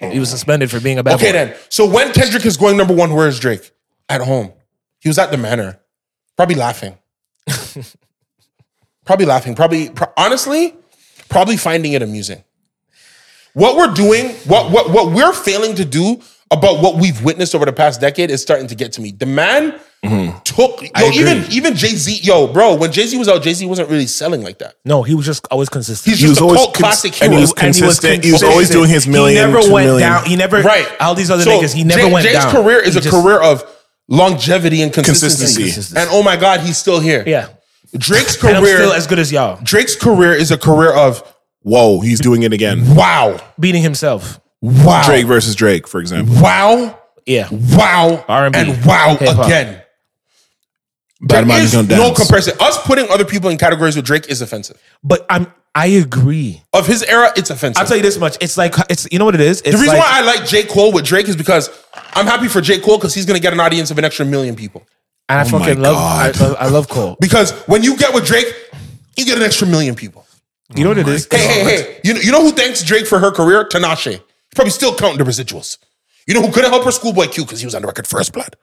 he was suspended for being a bad
Okay,
boy.
then. So when Kendrick is going number one, where is Drake? At home. He was at the manor, probably laughing. probably laughing. Probably, pro- honestly, probably finding it amusing. What we're doing, what, what, what we're failing to do about what we've witnessed over the past decade is starting to get to me. The man took, yo, even, even Jay Z, yo, bro, when Jay Z was out, Jay Z wasn't really selling like that.
No, he was just always consistent.
He's just a cult
cons-
classic hero.
and he was
And he was
consistent. He was, always
consistent.
doing his million.
He never
two
went
million.
down. He never
Right.
all these other
So,
niggas. He never
Jay-
went
Jay's
down.
career is
He
a
just-
career of longevity and consistency.
Consistency.
And oh my God, he's still here.
Yeah,
Drake's
and I'm
career
still as good as y'all.
Drake's career is a career of
Whoa, he's doing it again.
wow.
Beating himself.
Wow.
Drake versus Drake, for example.
Wow.
Yeah,
Wow.
R&B,
And wow
hip-hop.
again.
Bad
There
man
is
is gonna
no
dance.
comparison. Us putting other people in categories with Drake is offensive.
but I'm. I agree.
Of his era, it's offensive.
I'll tell you this much. It's like it's. You know what it is? It's
the reason
like,
why I like J. Cole with Drake is because I'm happy for J. Cole because he's gonna get an audience of an extra million people.
and I Oh fucking love. I,
God.
love- I love Cole.
Because when you get with Drake, you get an extra million people.
You know what it is?
Hey, hey, hey. You know, you know who thanks Drake for her career? Tinashe. Probably still counting the residuals. You know who couldn't help her? Schoolboy Q, because he was on the record First Blood.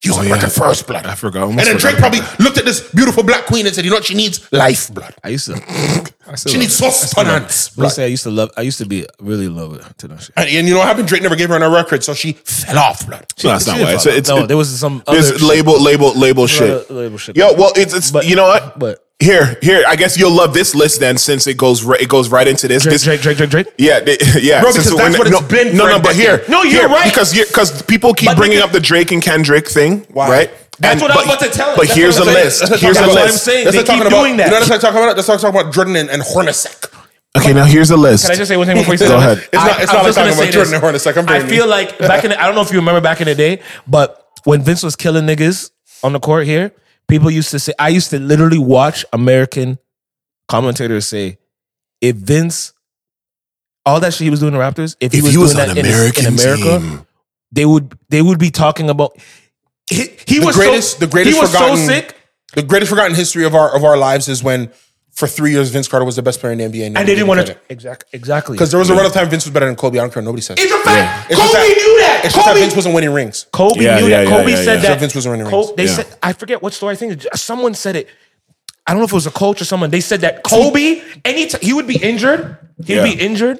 He was on the
yeah.
record First Blood.
I forgot. I almost
And then Drake
forgot
probably looked at this beautiful black queen and said, you know what? She needs life blood.
I used to. I still
She
love
needs
her.
sustenance
Let me
blood.
say I used to love. I used to be really love it. Tinashe.
And, and you know what happened? Drake never gave her on her record, so she fell off blood.
No, that's not why. It's, it's,
no,
it-
there was some other
there's label, label, label
other
shit.
label shit.
Yo, well, it's, it's
But-
you know what?
but-
here, here, I guess you'll love this list then, since it goes right, it goes right into this.
Drake,
this
Drake, Drake, Drake, Drake.
Yeah, they, yeah.
Bro,
since
because that's
when-
what it's
no,
been
No,
for a
no, but here,
decade. No, you're
here,
right.
because because people keep
But
bringing
nigga-
up the Drake and Kendrick thing, right?
That's what I was
but-
about to tell you.
But
That's
here's a
what I'm saying.
list.
That's what
Here's
I'm
a
talking about.
list.
saying.
That's
They
not talking
keep
about,
doing that.
You know what I'm talking about? That's not talking about Jordan and, and Hornacek.
Okay, now here's a list.
Can I just say one thing before you say
Go
that?
ahead. It's
not- it's not
I'm
like
just gonna
talking about
say
Jordan Hornacek. I'm
I
bringing
feel like back in the, I don't know if you remember back in the day, but when Vince was killing niggas on the court here, people used to say, I used to literally watch American commentators say, if Vince, all that shit he was doing to Raptors, if he
If
was
he was
doing
on
that in,
American
in America,
team.
they would they would be talking about. He, he was
greatest-
so,
the greatest
He was so
forgotten-
sick,
The greatest forgotten history of our of our lives is when for three years Vince Carter was the best player in the NBA,
And they didn't want to. Exactly. Exactly.
because there was a run of time Vince was better than Kobe. I don't care. what Nobody says.
It's a fact.
It's
Kobe
just that-
knew that.
It's just that
Kobe.
Vince wasn't winning rings.
Kobe
Yeah,
knew
yeah,
that.
yeah,
Kobe
yeah,
said
yeah.
that.
So Vince was running
Kobe-
rings.
They
Yeah.
said I forget what story. I think someone said it. I don't know if it was a coach or someone. They said that Kobe, anytime he would be injured, he'd
Yeah.
be injured,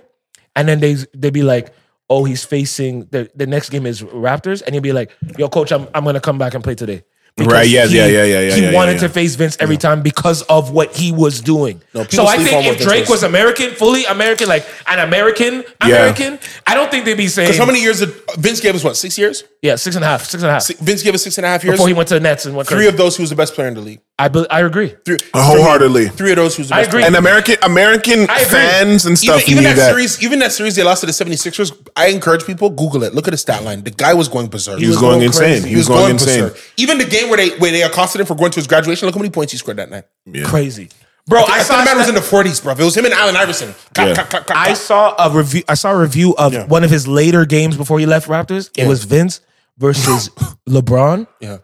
and then they they'd be like, "Oh, he's facing the the next game is Raptors," and he'd be like, "Yo, coach, I'm I'm gonna come back and play today." Because
Right, yeah,
he-
yeah, yeah, yeah, yeah,
He
yeah,
wanted
yeah.
to face Vince every time because of what he was doing.
people
so I
sleep on
think
what
if
Vince
Drake
does.
was American, fully American, like an American, American, I don't think they'd be saying
Because how many years did Vince gave us? What six years?
Yeah, six and a half, six and a half.
Vince gave us six and a half years.
before he went to the Nets and went
three of those who was the best player in the league.
I be, I agree.
Three,
wholeheartedly.
Three of those who was the best.
agree.
player.
And American American
I agree.
fans
Even,
and stuff
even
knew
that,
that.
series, even that series they lost to the 76ers, I encourage people, Google it. Look at the stat line. The guy was going berserk.
He was going insane.
crazy.
He was going insane.
berserk. Even the game where they where they accosted him for going to his graduation, look how many points he scored that night. Oh,
Crazy, bro. I,
I,
saw.
saw that was in the 40s, bro. It was him and Allen Iverson. Clap,
Yeah.
clap, clap, clap,
I
clap.
saw a review. I saw a review of one of his later games before he left Raptors. It was Vince versus LeBron.
Yeah.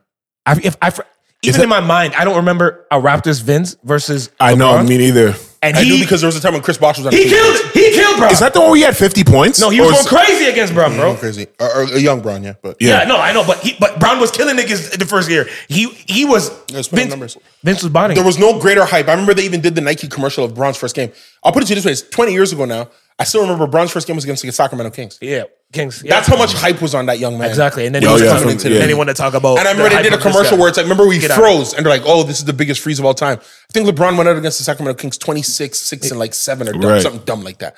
I, if I fr- even
that-
in my mind, I don't remember a Raptors Vince versus.
I know,
LeBron.
me neither.
and
I knew
he
because there was a time when Chris Bosh was on the
He
team.
killed. it. He killed, bro.
Is that the one where he had 50 points?
no, he was
Or
going
is-
crazy against Brown, bro.
Crazy. Or, or a young Braun, Mm-hmm. yeah. But
Yeah.
Yeah, no, I know, but he, but Brown was killing niggas the first year. He he was.
Let's put up
Vince,
numbers.
Vince was bonding.
There was no greater hype. I remember they even did the Nike commercial of Braun's first game. I'll put it to you this way: it's 20 years ago now. I still remember Braun's first game was against the Sacramento Kings.
yeah, Kings. yeah.
That's how much hype was on that young man.
exactly. And then
Oh,
he was
yeah,
coming
from-
into.
yeah.
Then he wanted to talk about.
And I
the
remember they
hype
did a
of this
commercial
guy.
where it's like, remember we
Get out.
froze, and they're like, "Oh, this is the biggest freeze of all time." I think LeBron went out against the Sacramento Kings 26, six, and like seven or dumb-
Right.
something dumb like that.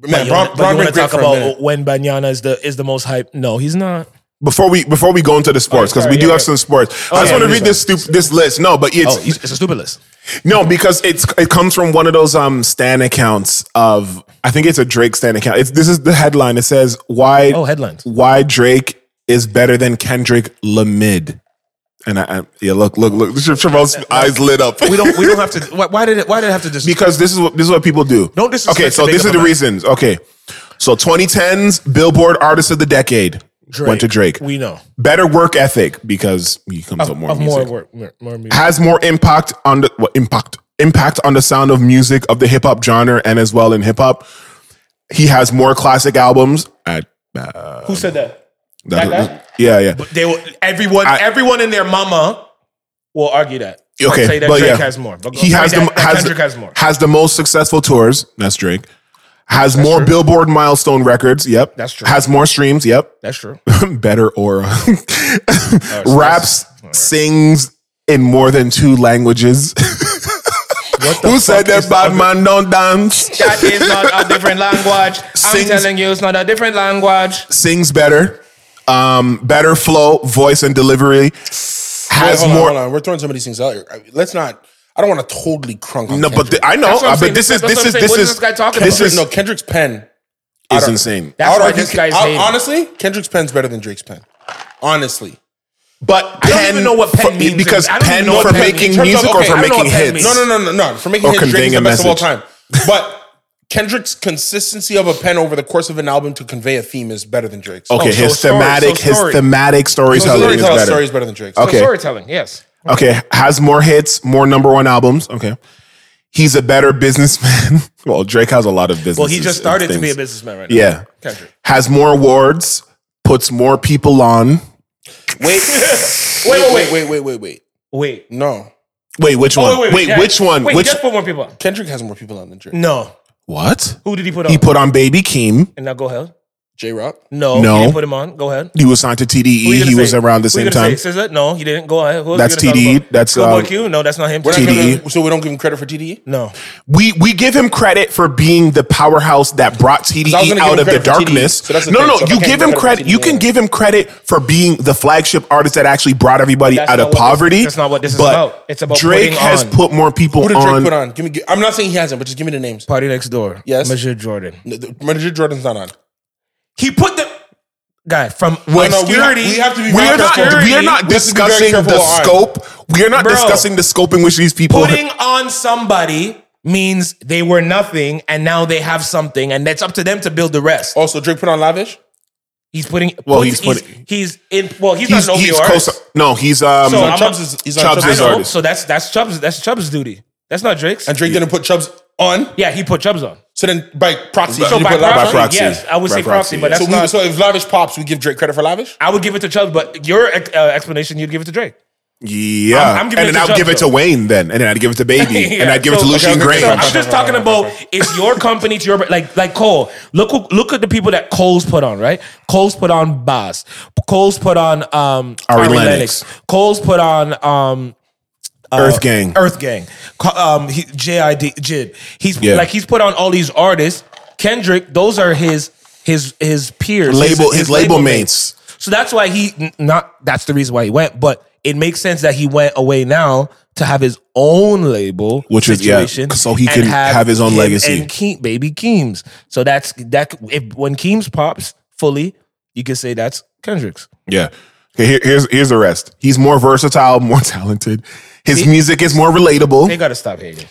Man,
You
Braun,
wanna-
Braun
but you
been
want to
great
talk
for a minute.
about when Banyana is the is the most hype? No, he's not.
Before we before we go into the sports, because we
sorry,
do
yeah,
have
yeah.
some sports. I just
yeah,
want to
yeah,
read this stup- this list. No, but it's
Oh, he's- it's a stupid list.
No, because it's it comes from one of those um Stan accounts of I think it's a Drake Stan account. It's this is the headline. It says why
Oh, headlines.
why Drake is better than Kendrick Lamid. And I, I yeah look look look Tra- Travolta's eyes lit up.
We don't. We don't have to. Why, why did it? Why did it have to just?
because this is what this is what people do.
Don't disrespect
Okay,
the
so
big
this
of
is
a
the
man.
reasons. Okay, so 2010s Billboard Artist of the Decade went to Drake.
We know
Better work ethic because he comes up more
of
music
more work, more, more music.
has more impact on the what impact impact on the sound of music of the hip hop genre and as well in hip hop. He has more classic albums. I, uh,
Who said that?
that-
guy?
yeah, yeah.
They will. Everyone.
I-
everyone in their mama will argue that. Will
okay,
say that
but
Drake
yeah,
has more. But
He
say
has the
that- that
has,
Kendrick has more.
has the most successful tours. That's Drake. Has more Billboard milestone records. Yep,
That's true.
Has more streams. Yep,
That's true.
better aura. Raps, sings in more than two languages. Who said that bad man don't dance?
That is not a different language.
Sings-
you, it's not a different language.
Sings better, um, better flow, voice and delivery. Has
Hold on,
more.
hold on. We're throwing some of these things out here. I- Let's not. I don't want to totally crunk on.
No, but
Kendrick.
th- I know. uh,
That's what I'm
But
saying.
this is
That's
this
what
is
I'm saying.
this
What
is
is this guy talking
this
about?
is
no Kendrick's pen.
is insane.
I
That's
would
why
argue-
this guy's
I-
hating.
honestly, Kendrick's pen's better than Drake's pen. Honestly,
But
don't
pen,
even know what pen
for-
means.
because
I don't even
pen
know what
for
pen
making
means. In terms
music
of-
or
okay,
for
I don't know
making
what pen
hits.
means.
No, no, no, no, no. For making
Or
hits, Drake is
conveying
the
a
best of all time.
message.
But Kendrick's consistency of a pen over the course of an album to convey a theme is better than Drake's.
Okay,
so
his
story-
thematic,
so
his
story.
thematic
so
storytelling is
storytelling
better.
story is better than Drake's.
Okay.
Storytelling, yes.
Okay, has more hits, more number one albums. Okay, he's a better businessman. well, Drake has a lot of business.
Well, he just started to be a businessman right now.
Yeah, has more awards, puts more people on.
Wait, wait, wait, wait, wait, wait, wait, wait.
Wait.
No,
Wait, which one?
Oh,
wait,
yeah.
which one?
Wait,
which
just put more people. on.
Kendrick has more people on than Drake.
No.
what?
Who did he put on?
He put on Baby Keem.
and now go ahead.
J Rock.
No.
No.
He didn't put him on. Go ahead.
He was signed to
Who you
TDE.
gonna
He was
say?
around the
Who you
same
gonna
time.
Say? SZA? No, he didn't. Go ahead. Who else
That's
you gonna talk
TDE.
about?
That's,
Schoolboy
um,
Q. No, that's not him.
We're not
TDE.
gonna- so we don't give him credit for E? TDE.
no.
We we give him credit for being the powerhouse that brought
So I was
TDE
gonna
out
give him
of the
credit for TDE,
darkness.
so that's the
no,
thing.
no,
So if I
you
can't
give
give
him
credit for E.
credit. You
TDE,
can
yeah.
give him credit for being the flagship artist that actually brought everybody
That's
out
not
of
what this-
poverty.
that's not what this is
but
about. It's about
Drake
putting
has
on.
put more people
Who did Drake
on.
put on? Give me. I'm not saying he hasn't, but just give me the names.
Party next door.
Yes.
Major Jordan.
No, the- Major Jordan's not on.
He put the
guy from
Well, no, we, ha-
obscurity-
we have to be
We are
very
not,
careful.
we are
We have to
not
be very
discussing
careful
the
with our-
scope. We are not
Bro.
discussing the scope in which these people.
putting on somebody means they were nothing and now they have something and that's up to them to build the rest.
Also, Drake put on lavish.
He's putting
Well,
puts-
he's putting-
he's, in well he's,
he's
not an
he's
OVO
close.
artist.
No, he's um.
So
on
I'm-
Chubbs is he's on
Chubbs
Chubbs,
is
is
I know,
artist.
so that's that's Chubb's that's Chubb's duty. That's not Drake's.
and Drake didn't put Chubbs on.
yeah, he put Chubbs on.
So then by proxy,
So
so
by
put
proxy,
lavish.
By proxy.
Yes, I would
By
say
proxy,
proxy, but
yeah.
that's
So, we,
not.
so if lavish pops, we give Drake credit for lavish.
I would give it to Chubbs, but your ex- uh, explanation, you'd give it to Drake.
Yeah,
I'm- I'm giving
and
it
then
to
I'll
Chubbs,
give it to
though.
Wayne then, and then I'd give it to Baby, and I'd give it to
so-
Lucian
okay, okay,
Grange.
so
I'm just talking about it's your company to your like like Cole. Look who- look at the people that Cole's put on, right? Cole's put on Bass. Cole's put on um
Ari
Ari
Lennox.
Lennox. Cole's put on um
Earth Gang.
Earth Gang. Co- Um he, JID Jid. He's
Yeah.
like he's put on all these artists. Kendrick, those are his his his peers.
Label- his label mates.
So that's why he n- not that's the reason why he went, but it makes sense that he went away now to have his own label
Which is- yeah,
situation
so he
and
can have his own
him
legacy.
And Keem, baby Keems. So that's that. If when Keems pops fully, you can say that's Kendrick's.
Yeah. Okay, here- here's here's the rest. He's more versatile, more talented. His music is more
They
relatable.
gotta stop hating.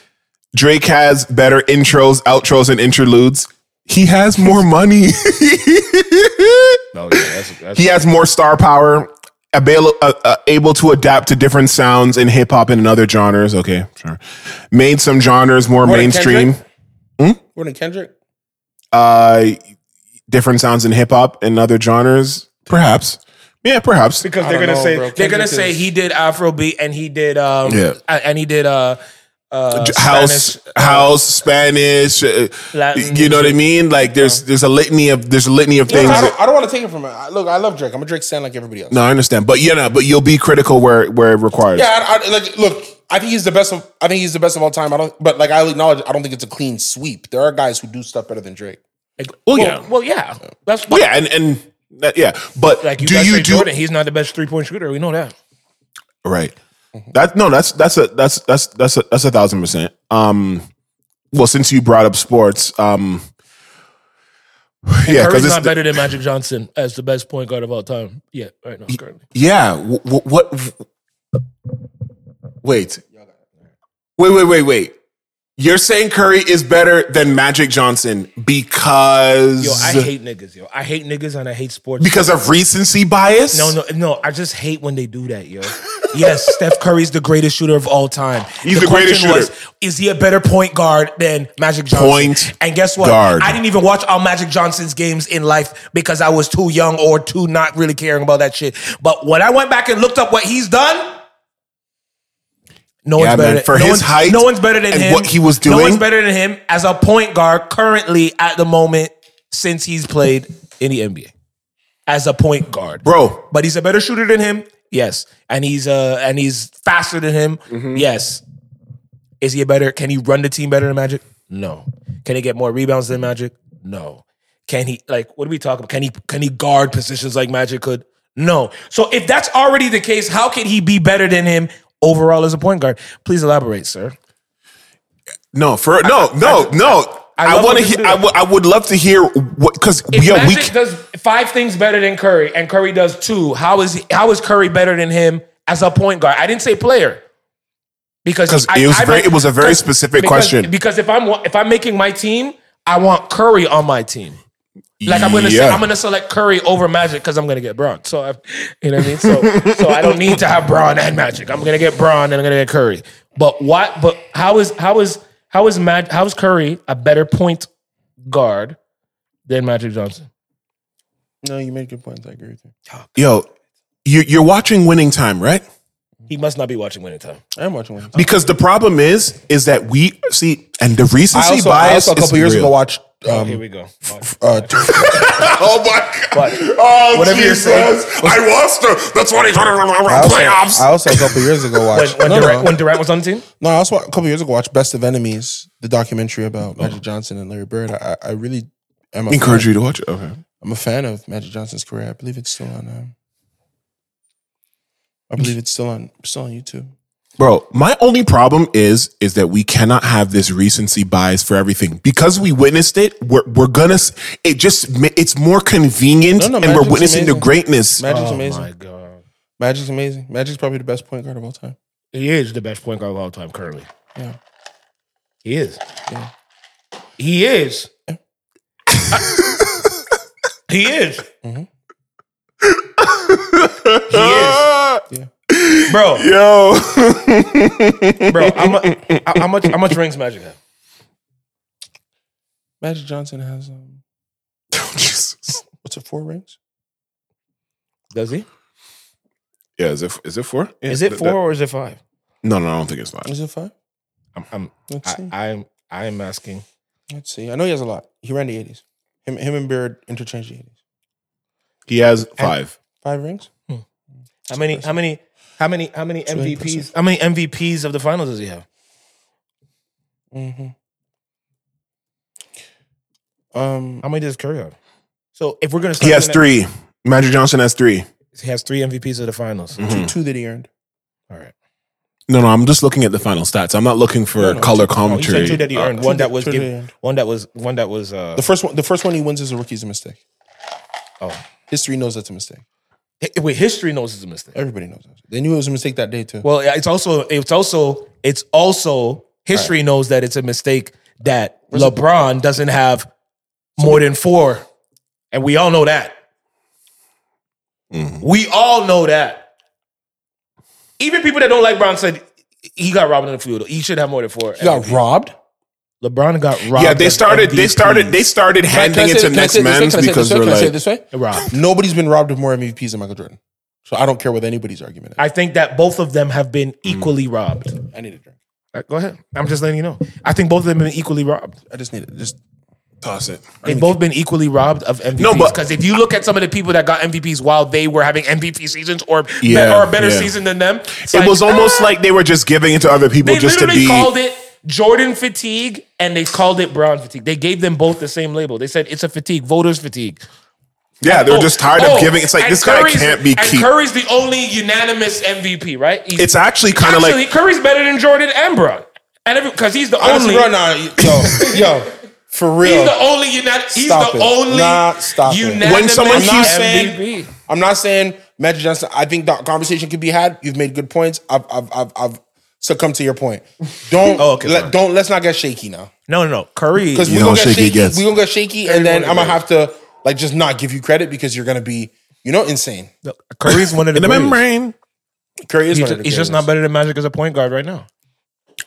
Drake has better intros, outros, and interludes. He has more money.
No, Oh, yeah, that's, that's
he has more star power. Able, uh, uh, able to adapt to different sounds in hip hop and in other genres. Okay, sure. Made some genres more
More than
mainstream. Hmm?
Kendrick? More than Kendrick.
Uh, different sounds in hip hop and other genres, perhaps. Yeah, perhaps.
because
I
they're
don't
gonna
know,
say
bro.
They're gonna
Kendrick
say
is-
he did Afrobeat and he did um
Yeah.
uh, and he did uh uh
house,
Spanish,
house, Spanish. uh,
Latin
you know what I
music.
mean? Like there's there's a litany of there's a litany of things.
I
that-
don't, I don't want to take it from him. I- Look, I love Drake. I'm a Drake stand like everybody else.
no, I understand, but you know, but you'll be critical where where it requires.
Yeah, I, I, like look, I think he's the best of. I think he's the best of all time. I don't, but like I acknowledge, I don't think it's a clean sweep. There are guys who do stuff better than Drake.
Like,
Well,
well,
yeah.
well, yeah. That's
Well, yeah, and and that, yeah, but
Like you
do
guys
you
say
do
Jordan, he's not the best three point shooter. We know that.
right?
Mm-hmm.
That no, that's that's a that's that's that's a, that's a thousand percent. Um, well, since you brought up sports, um,
Curry's
yeah, because
not
it's
better than Magic Johnson as the best point guard of all time. Yeah, right now currently.
Yeah. W- w- what? w- Wait. Wait, wait, wait, wait. You're saying Curry is better than Magic Johnson because
Yo, I hate niggas, yo. I hate niggas and I hate sports.
because of recency bias?
no, no, no. I just hate when they do that, yo. yes, Steph Curry's the greatest shooter of all time.
He's the greatest
question
shooter.
Was, is he a better point guard than Magic Johnson?
Point
And guess what?
guard.
I didn't even watch all Magic Johnson's games in life because I was too young or too not really caring about that shit. But when I went back and looked up what he's done, no
Yeah,
one's better
man.
than,
For
no
his
one's-
height
No one's better than
and
him.
what he was
No
doing.
one's better than him as a point guard currently at the moment since he's played in the NBA as a point guard,
Bro.
But he's a better shooter than him, yes. And he's uh and he's faster than him, yes. Is he a better? Can he run the team better than Magic? No. Can he get more rebounds than Magic? No. Can he like what do we talk about? Can he can he guard positions like Magic could? No. So if that's already the case, how can he be better than him overall as a point guard? Please elaborate, sir.
No, for no, no, no.
I
I,
love
want
when they
to hear.
do
I
that.
would- I would love to hear what because
If
yo, we
Magic
can,
does five things better than Curry, and Curry does two. How is he, how is Curry better than him as a point guard? I didn't say player because
'Cause
I-
it was
I
very-
make-
it was a very
'cause-
specific
because-
question.
Because if I'm wa- if I'm making my team, I want Curry on my team. Like I'm gonna
Yeah.
I'm gonna select Curry over Magic because I'm gonna get Braun. So I, you know what I mean. So so I don't need to have Braun and Magic. I'm gonna get Braun and I'm gonna get Curry. But what? But how is how is how is Mag, how is Curry a better point guard than Magic Johnson?
No, you made good points. I agree with you.
yo, you, you're watching Winning Time, right?
He must not be watching Winning Time.
I am watching one.
Because the problem is, is that we see, and the
I
recency
also, I
bias
also a couple
is
years
real.
ago watched.
Oh, Here
Um,
we go.
uh,
Oh my god!
But
oh
whatever you're
Jesus!
saying-
I lost the that's what he's
I also,
playoffs.
I also a couple years ago
When,
watched.
when,
no,
Durant,
no.
when Durant was on the team,
No, I also a couple years ago watched Best of Enemies, the documentary about
Oh.
Magic Johnson and Larry Bird. I, I really am a
encourage
fan.
you to watch it. Okay.
I'm a fan of Magic Johnson's career. I believe it's still on. Um, I believe it's still on still on YouTube.
Bro, my only problem is is that we cannot have this recency bias for everything because we witnessed it. We're, we're gonna. s- It just ma- it's more convenient,
No, no,
and we're
magic's
witnessing the
amazing.
greatness.
Magic's
Oh
amazing.
my god,
Magic's amazing. Magic's probably the best point guard of all time.
he is the best point guard of all time currently.
Yeah.
He is.
He is. he is.
Bro,
Yo,
bro, how, mu- how, how much how much rings Magic have?
Magic Johnson has um,
Jesus.
what's it, four rings?
Does he?
Yeah, is it is it four? Yeah,
Is it
that-
four or is it five?
that- no, no, I don't think it's five.
Is it five?
I'm, I'm
Let's see.
I, I'm I am asking.
Let's see. I know he has a lot. He ran the eighties. Him, him and Beard interchanged the eighties.
He has five.
Five rings.
Hmm.
Mm.
How many? How many? How many? How many
really
MVPs? How many MVPs of the finals does he have?
Mm-hmm. Um,
How many does Curry have? So if we're gonna, start
He has
doing
three. Magic Johnson has three.
that- he has three MVPs of the finals.
two, two that he earned.
Mm-hmm. All right.
No, no, I'm just looking at the final stats. I'm not looking for
No, no,
Oh,
color
you said
commentary.
two that he
Uh,
earned.
two
one
that-
that was
two that
given-
he earned.
one that was one that was. Uh,
The first one, the first one he wins as a rookie is a mistake.
oh,
History knows that's a mistake.
Hi- wait. History knows it's a mistake.
Everybody knows that. They knew it was a mistake that day too.
Well, yeah, it's also it's also it's also history knows that it's a mistake that LeBron doesn't have more than four, and we all know that.
Mm-hmm.
We all know that. Even people that don't like Brown said he got robbed in the field. He should have more than four.
he got robbed.
LeBron got robbed.
Yeah, they
of
started. They
MVPs.
started. They started handing it to next man because they're
Can I say it
like,
this way?
robbed.
Nobody's been robbed of more MVPs than Michael Jordan. So I don't care what anybody's argument is.
I think that both of them have been
Mm.
equally robbed.
I need a drink.
Uh, Go ahead. I'm just letting you know. I think both of them have been equally robbed.
I just need it. Just
toss it.
They've both been equally robbed of MVPs.
No, but-
because if you look at some of the people that got MVPs while they were having MVP seasons or
Yeah,
or a better
yeah.
season than them, it's
It
like,
was almost
ah,
like they were just giving it to other people
they
just to
literally
be.
called it Jordan fatigue and they called it Brown fatigue. They gave them both the same label. They said it's a fatigue, voters fatigue.
Yeah, they were
Oh,
just tired
oh,
of giving. It's like
and
this
Curry's-
guy can't be
And
keep.
Curry's the only unanimous MVP, right? He's-
It's actually kind of
actually
like
Curry's better than Jordan and Brown, and because he's the
honestly,
only.
bro, nah, yo, yo, for real.
He's the only unanimous. He's
Stop
the
it.
only
Nah, stop it.
unanimous
When someone
I'm not
keeps-
saying
MVP.
I'm not saying Magic Johnson. I think that conversation could be had. You've made good points. I've I've I've, I've succumbed to your point. Don't
Oh, okay,
let,
fine.
don't let's not get shaky now
No, no, no. Curry.
because
You
we're
know
gonna
how
get
shaky it
shaky.
gets.
We're gonna get shaky, and then I'm
Everyone
gonna have to like just not give you credit because you're gonna be you know insane.
Curry's one of the,
in the
greatest.
membrane
Curry is
He's,
one of the
just, he's just
greatest.
not better than Magic as a point guard right now.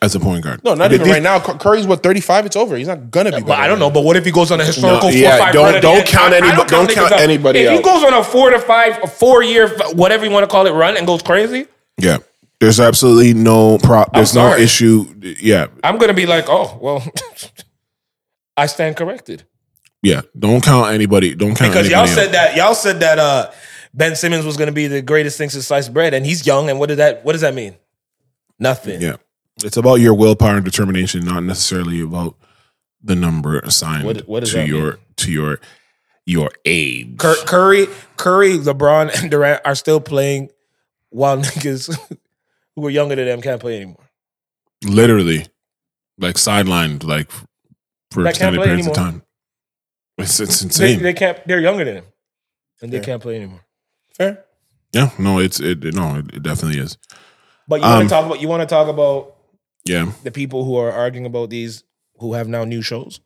as a point guard.
No, not
But
even
this-
right now. Cur- Curry's what 35. It's over. He's not gonna be.
But I don't know. But what if he goes on a historical
No,
four
yeah,
or five?
don't-
run at the
don't
end?
count
I- I
any-
don't
don't
niggas
count
out.
anybody
If he
out.
goes on a four to five, a four year, whatever you want to call it, run and goes crazy,
Yeah, there's absolutely no prop. There's no
sorry.
issue. Yeah,
I'm gonna be like, oh well, I stand corrected.
yeah. Don't count anybody. Don't count
Because
anybody
y'all
out.
said that y'all said that uh, Ben Simmons was going to be the greatest thing since sliced bread, and he's young. And what did that? What does that mean? Nothing.
Yeah, it's about your willpower and determination, not necessarily about the number assigned
What- what does
to
that
your to your your age.
Cur- Curry, Curry, LeBron, and Durant are still playing while niggas who are younger than them can't play anymore.
Literally, like sidelined, like for
That can't
extended
play
periods of
anymore.
time. It's it's
They,
insane.
they can't. They're younger than him, and they
Yeah.
can't play anymore.
Fair.
Yeah, no, it's it. it- No, it, it definitely is.
But you want
Um,
to talk about you want to talk about
Yeah,
the people who are arguing about these who have now new shows.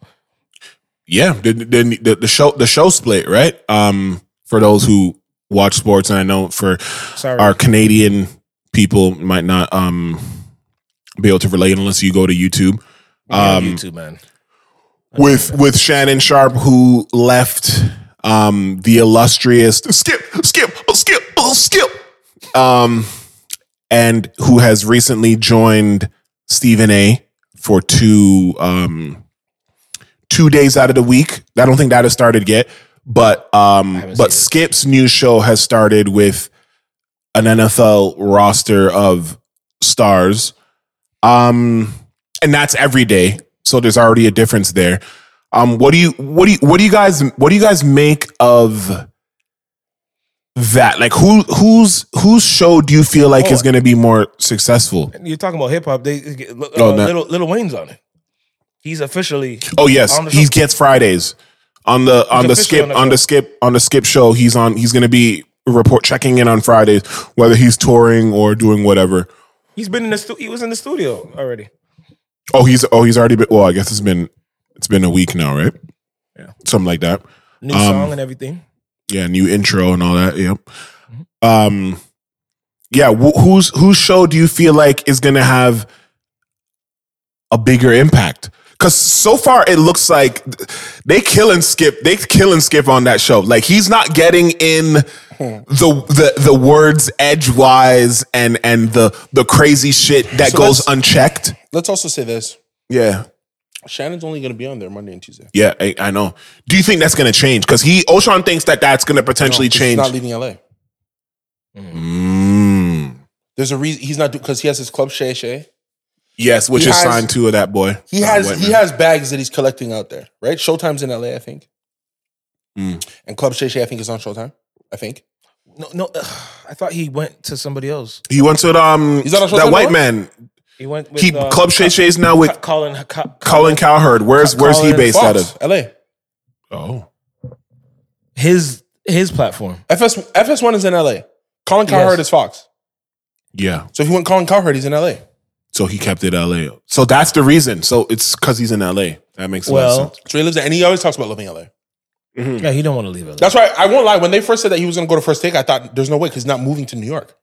yeah. The, the, the, the show the show split right. Um, for those who watch sports, and I know for
Sorry,
our Canadian people might not um be able to relate unless you go to YouTube.
You're on
Um,
YouTube man.
with with Shannon Sharp who left um the illustrious skip skip oh, skip oh, skip um and who has recently joined Stephen A for two um two days out of the week. I don't think that has started yet, but um
haven't
but
seen it.
Skip's new show has started with an NFL roster of stars. Um and that's every day. So there's already a difference there. Um, what do you what do you what do you guys what do you guys make of that? Like who who's whose show do you feel like
Oh.
is going to be more successful?
You're talking about hip hop. They uh,
Oh, no.
little little Wayne's on it. He's officially.
Oh yes,
On the
he
show.
gets Fridays on the on the
officially
skip
on the
on the skip on the skip show. He's on. He's going to be report checking in on Fridays, whether he's touring or doing whatever.
He's been in the stu- he was in the studio already.
Oh, he's oh he's already been. Well, I guess it's been it's been a week now, right? Yeah, something like that.
New
Um,
song and everything.
Yeah, new intro and all that. Yep.
Mm-hmm.
Um, yeah. Wh- whose whose show do you feel like is going to have a bigger impact? Because so far it looks like th- they killing Skip. They killing Skip on that show. Like he's not getting in
Hmm.
the the the words edgewise and and the the crazy shit that
So
goes
let's-
unchecked.
Let's also say this:
Yeah.
Shannon's only going to be on there Monday and Tuesday.
Yeah, I, I know. Do you think that's going to change? Because he Oshan thinks that that's going to potentially
No, 'cause
change.
He's not leaving LA.
mm.
There's a reason he's not because he has his club Shay Shay.
Yes, which
He
is
has-
signed two of that boy.
He
Uh,
has
Whitman.
he has bags that he's collecting out there, right? Showtime's in LA, I think,
Mm.
and Club Shay Shay, I think, is on Showtime. I think.
No, no. ugh, I thought he went to somebody else.
He went to um
He's on a show
that
somewhere?
white man.
He went with
He
uh,
Club Shay Shay's now with
Colin. Co-
Colin Cowherd. Where's
Co-
where's he
Colin
based out
Fox,
of?
LA.
Oh,
his his platform.
FS FS1 is in LA. Colin Cowherd
Yes.
is Fox.
yeah.
So if you want Colin Cowherd, he's in LA.
So he kept it L.A. So that's the reason. So it's because he's in L.A. That makes a lot of
Well-
sense.
So he lives there, and he always talks about living in LA. mm-hmm.
Yeah, he don't want to leave it.
That's why I won't lie. When they first said that he was going to go to First Take, I thought there's no way because he's not moving to New York.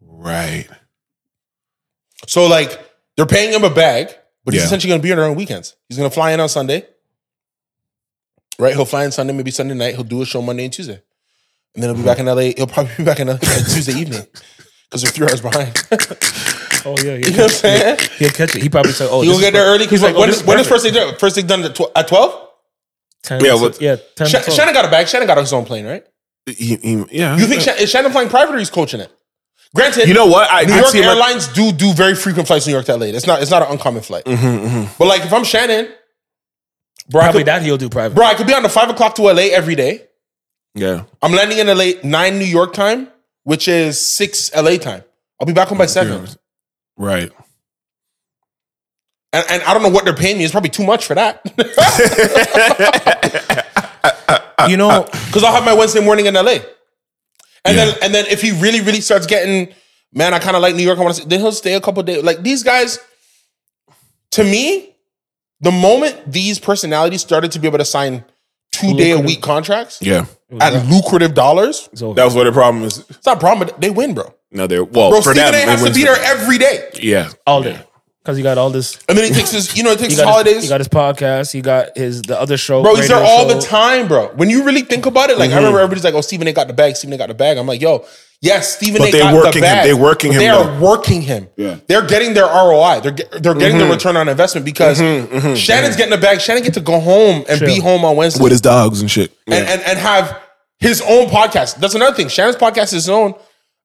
Right.
So like they're paying him a bag, but he's
Yeah.
essentially going to be in there on weekends. He's going to fly in on Sunday, right? He'll fly in Sunday, maybe Sunday night. He'll do a show Monday and Tuesday, and then he'll be back in LA. He'll probably be back in LA by Tuesday evening because they're three hours behind.
Oh yeah,
you know what I'm saying?
He'll catch it. He probably said, "Oh,
He'll
this is
get there
per-
early. He's like,
oh,
when
this
is
is
when is
perfect.
first thing done? First thing done at tw- at twelve?
Ten
Yeah,
to-
what-
yeah, ten
Sh-
to twelve.
Shannon got a bag. Shannon got his own plane, right?
He- he- yeah.
You think Shan- is Shannon flying private or he's coaching it? Granted,
You know what? I,
New
I've
York
seen my-
Airlines do do very frequent flights to New York to LA. It's not it's not an uncommon flight.
Mm. Mm-hmm,
But like if I'm Shannon, bro, I
Probably
could,
that he'll do private.
bro, I could be on the five o'clock to LA every day.
yeah.
I'm landing in LA nine New York time, which is six LA time. I'll be back home
Oh,
by seven.
Yeah. Right.
And, and I don't know what they're paying me. It's probably too much for that.
you know,
Because I'll have my Wednesday morning in LA. And then and then if he really, really starts getting, man, I kind of like New York, I want to then he'll stay a couple days. Like these guys, to me, the moment these personalities started to be able to sign two day a week contracts
Yeah.
at lucrative dollars,
it's over.
That was what the problem is.
it's not a problem, but they win, bro.
No, they're well
Bro,
for
Stephen
them.
A has
it
to
was-
be there every day.
Yeah.
all day because he got all this.
And then he takes his, you know, he takes
He
his
got, holidays. His,
holidays.
he got his podcast. He got his the other show.
Bro, he's there
radio
all
show.
the time, bro. When you really think about it, like I remember everybody's like, "Oh, Stephen A. got the bag. Stephen A. got the bag." I'm like, "Yo, yes, Stephen
But
A.
they're
got
working
the
him.
bag.
They're working
But
him,
They are
though.
working him.
Yeah.
they're getting their ROI. They're ge- they're getting the return on investment because Shannon's getting the bag. Shannon get to go home and be
Chill.
home on Wednesday
With his dogs and shit.
and, and and have his own podcast. That's another thing. Shannon's podcast is his own.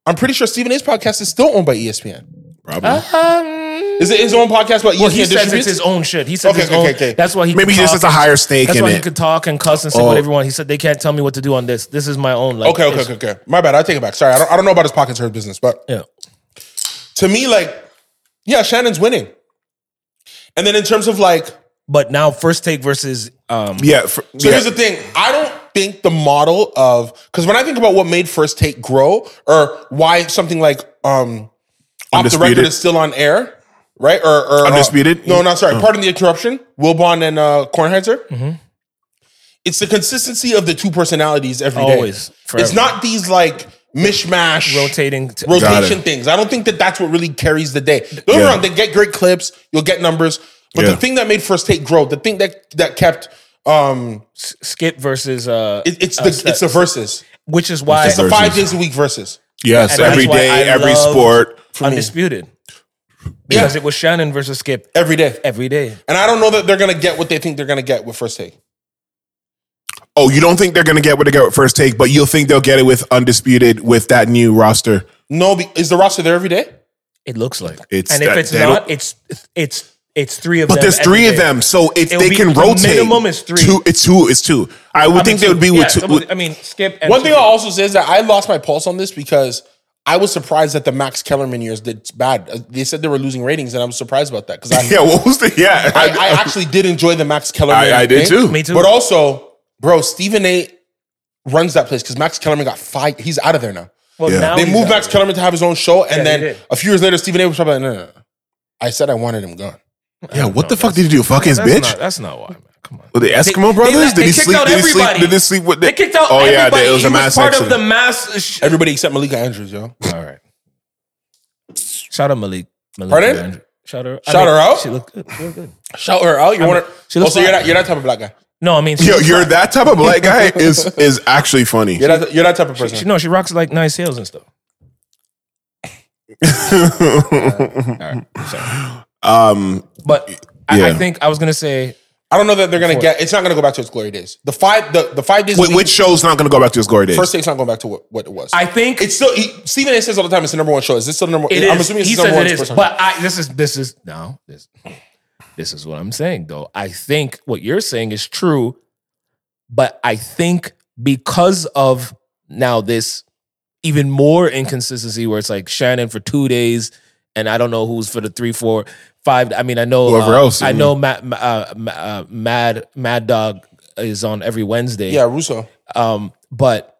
I'm pretty sure Stephen A.'s podcast is still owned by E ESPN.
probably.
Is it his own podcast? But E
Well,
ESPN
he says
distributes?
it's his own shit. He says
Okay,
his
okay,
own.
okay.
That's why he
Maybe
could
he just
talk-
has a higher stake
That's
in
why he
it.
could talk and cuss and say
Oh.
whatever he wants. He said they can't tell me what to do on this. This is my own. Like,
Okay, okay,
it's-
okay, okay. My bad. I take it back. Sorry, I don't, I don't know about his pockets or his business, but
Yeah.
to me, like, yeah, Shannon's winning. And then in terms of like, so
But now first take versus um
yeah. For, yeah.
here's the thing. I don't think the model of because when I think about what made First Take grow or why something like um Off the
Undisputed.
Record is still on air, right? Or, or uh,
Undisputed?
no, no, sorry. Pardon the interruption. Wilbon and uh Kornheiser. It's the consistency of the two personalities every day.
Always,
It's
forever.
not these like mishmash
rotating. To,
rotation things. I don't think that that's what really carries the day. Don't get me
Yeah.
wrong, they get great clips, you'll get numbers, but
Yeah.
the thing that made First Take grow, the thing that that kept um
S- skip versus uh
it- it's
uh,
the
Steph.
it's the verses.
which is why
It's the
Versus.
five days a week verses.
Yes,
And that's
every
why
day,
I
every
love-
sport.
undisputed because it was Shannon versus Skip
Every day.
every day.
And I don't know that they're gonna get what they think they're gonna get with First Take.
Oh, you don't think they're gonna get what they got with first take, but you'll think they'll get it with undisputed with that new roster.
No, be- is the roster there every day?
It looks like
It's
and if
that-
it's
they
not, it's it's It's three of them.
But there's
every
three of
day.
them, so if
It would
they
be-
can
the
rotate,
minimum is three.
Two, it's two. It's two. I would
I mean,
think they
two-
would be
yeah,
with two.
somebody- I mean, skip. And
One thing
two.
I also say is that I lost my pulse on this because I was surprised that the Max Kellerman years did bad. Uh, They said they were losing ratings, and I was surprised about that because I,
yeah, what was the yeah?
I, I actually did enjoy the Max Kellerman.
I, I
thing.
did too.
Me too.
But also, bro, Stephen A. runs that place because Max Kellerman got fired. He's out of there now.
well,
Yeah.
now
They
he's
moved
out.
Max Kellerman to have his own show, and
Yeah, they
then
did.
a few years later, Stephen A. was probably like, no, no, no. I said I wanted him gone.
Yeah, what the fuck did he do? Fuck his
That's
bitch.
Not, that's not why, man. Come on.
Were the Eskimo brothers?
let-
did he
kicked
sleep?
out
Did he sleep?
everybody.
Did he sleep with? The,
They kicked out
Oh yeah,
everybody.
it was a
He
mass
part
accident.
of the mass. Sh-
Everybody except Malika Andrews, yo.
All right. Shout out Malik. Malik
Pardon?
Andrew. Shout her. I
Shout her out?
She looked good. She looked good.
Shout her out. You want her?
she looks
Also, you're
like-
that you're that type of black guy.
No, I mean, she,
Yo, you're that type of black guy is is actually funny.
You're that you're that type of person.
she, no, she rocks like nice heels and stuff.
um,
But I, I
Yeah.
think I was gonna say
I don't know that they're gonna get. It's not gonna go back to its glory days. The five the, the five days.
wh-
of
which show's not going to go back to his glory days?
first date's not going back to what, what it was.
I think
it's still he, Stephen A. says all the time it's the number one show. Is this still the number?
it
I'm
is.
assuming it's
he
the number
says
one
it is.
person.
But I,
this is this is no this this is what I'm saying though. I think what you're saying is true, but I think because of now this even more inconsistency where it's like Shannon for two days and I don't know who's for the three, four, five. I mean, I know
Whoever
uh,
else,
I
I mean.
know Mad, uh, Ma- uh, Mad Mad Dog is on every Wednesday.
yeah, Russo.
Um, but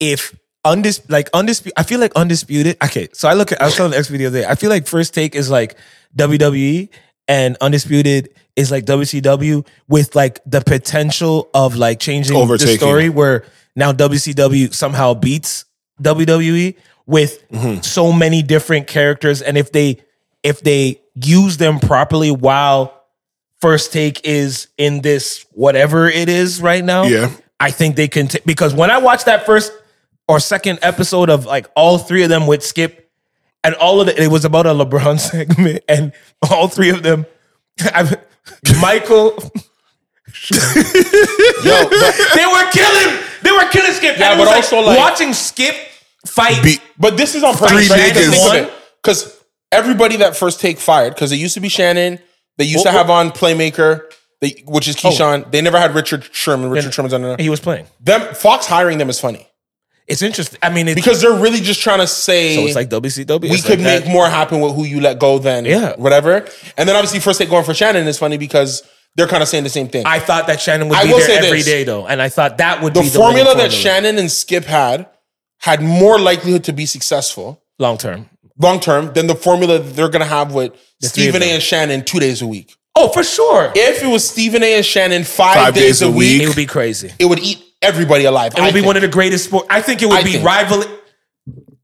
if undis like undisputed, I feel like undisputed. Okay, so I look at I was telling the XP the other day. I feel like first take is like WWE and undisputed is like WCW with like the potential of like changing the
Overtaking.
story where now WCW somehow beats WWE with so many different characters, and if they if they use them properly while first take is in this whatever it is right now.
Yeah.
I think they can t- because when I watched that first or second episode of like all three of them with Skip and all of it, it was about a LeBron segment and all three of them. I, Michael,
Yo, but,
they were killing. They were killing Skip.
Yeah,
and it
but
was
also, like-
watching Skip fight.
Be-
but this is on purpose.
Three
right? Just
niggas.
think of it. Because everybody that first take fired because it used to be Shannon. They used to have on Playmaker, they, which is Keyshawn. They never had Richard Sherman. Richard Sherman's on there.
Oh. he was playing.
Them Fox hiring them is funny
It's interesting. I mean, it's,
because they're really just trying to say
so it's like WCW.
we
It's
could
like
make
that.
more happen with who you let go than
Yeah.
whatever. And then obviously first take going for Shannon is funny because they're kind of saying the same thing.
I thought that Shannon would
I
be
will
there every
say
day
this.
though, and I thought that would
the
be
formula
the winning
that Shannon and Skip had had more likelihood to be successful
long term.
long term than the formula that they're gonna have with
three of
Stephen A.
them.
and Shannon two days a week.
Oh, for sure, it,
If it was Stephen A. and Shannon five,
Five
days, a week,
would be crazy.
it would eat everybody alive.
It would be one of the greatest sports. I think it would
I
be
think-
rival.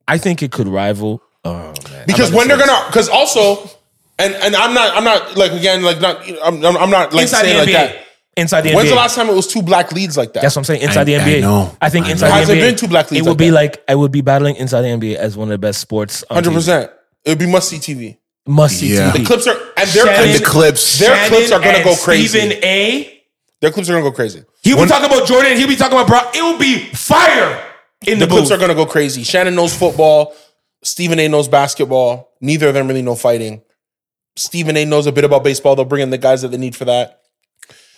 I think it could rival. Oh man!
because when they're gonna because also and and I'm not I'm not like again like not I'm I'm I'm not like
inside the
saying
NBA,
like that.
inside the
When's
NBA.
the last time it was two black leads like that?
That's what I'm saying. Inside the
I
NBA,
know.
I think
I
inside
know.
the NBA,
Hasn't been two black leagues
It
like
would be
that.
like I would be battling inside the NBA as one of the best sports.
Hundred percent. It would be must see TV.
Must see
Yeah.
TV.
Clips are and their
Shannon-
and
clips,
the clips.
their clips are gonna
and
go crazy.
Stephen A.
Their clips are gonna go crazy.
He'll be talking about Jordan. He'll be talking about Brock. It will be fire in the,
The clips
booth.
are gonna go crazy. Shannon knows football. Stephen A. knows basketball. Neither of them really know fighting. Stephen A. knows a bit about baseball. They'll bring in the guys that they need for that.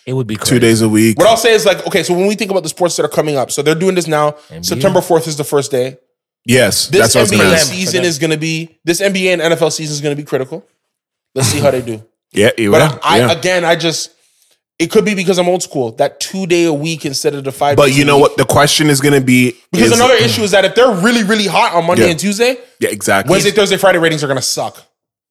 It would be crazy.
two days a week.
What I'll say is like, okay, so when we think about the sports that are coming up, so they're doing this now. September fourth is the first day.
Yes,
This
that's what I was going
NBA
to ask.
season is gonna be this NBA and NFL season is gonna be critical. Let's see how they do.
Yeah, you
But
yeah,
I,
yeah.
again, I just it could be because I'm old school. That two day a week instead of the five.
but
days
you
a
know
week.
what? The question is going to be
Because
is-
another issue is that if they're really really hot on Monday
Yeah.
and Tuesday,
Yeah, exactly.
Wednesday, Thursday, Friday ratings are gonna suck.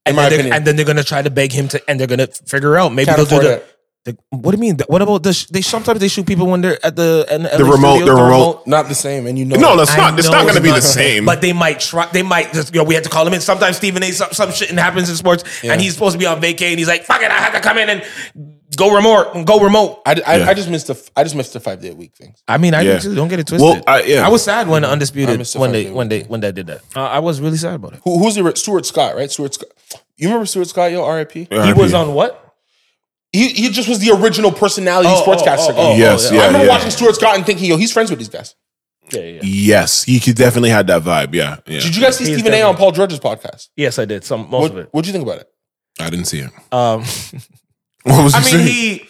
In my
They're-
opinion,
and then they're gonna try to beg him to, and they're gonna figure out maybe
Can't
they'll do
afford
the, the. What do you mean? What about the? sh- They sometimes they shoot people when they're at the and the,
remote- the remote-
not the same. And you know,
no, that's
I
not. It's
know
not going to
it's
be
not
the
the
same.
But they might try. They might just. You know, we had to call him in. Sometimes Stephen A. Some, some shit happens in sports, and he's supposed to be on vacay, and he's like, "Fuck it, I had to come in and go remote, go remote."
I, I,
Yeah.
I just missed the I just missed the five day a week thing.
I mean, I
Yeah.
do too. Don't get it twisted.
Well, I- yeah.
was sad when undisputed
missed the
when
fact
they
that it
when they when they did that. Uh, I was really sad about it.
Who, who's the Stuart Scott? Right, Stuart Scott. You remember Stuart Scott? Yo, R.I.P.
He was
Yeah.
on what?
He he just was the original personality
Oh, oh,
sportscaster.
oh,
guy.
oh,
Yes,
oh,
I
yeah,
remember
yeah.
watching Stuart Scott and thinking, yo, he's friends with these guys.
Yeah, yeah, yeah.
yes, you could definitely had that vibe. Yeah, yeah.
Did you guys see
He's
Stephen A.
definitely-
on Paul George's podcast?
Yes, I did some most of
What
it.
what'd you think about it?
I didn't see it. Um, what was
I
you
mean,
saying?
he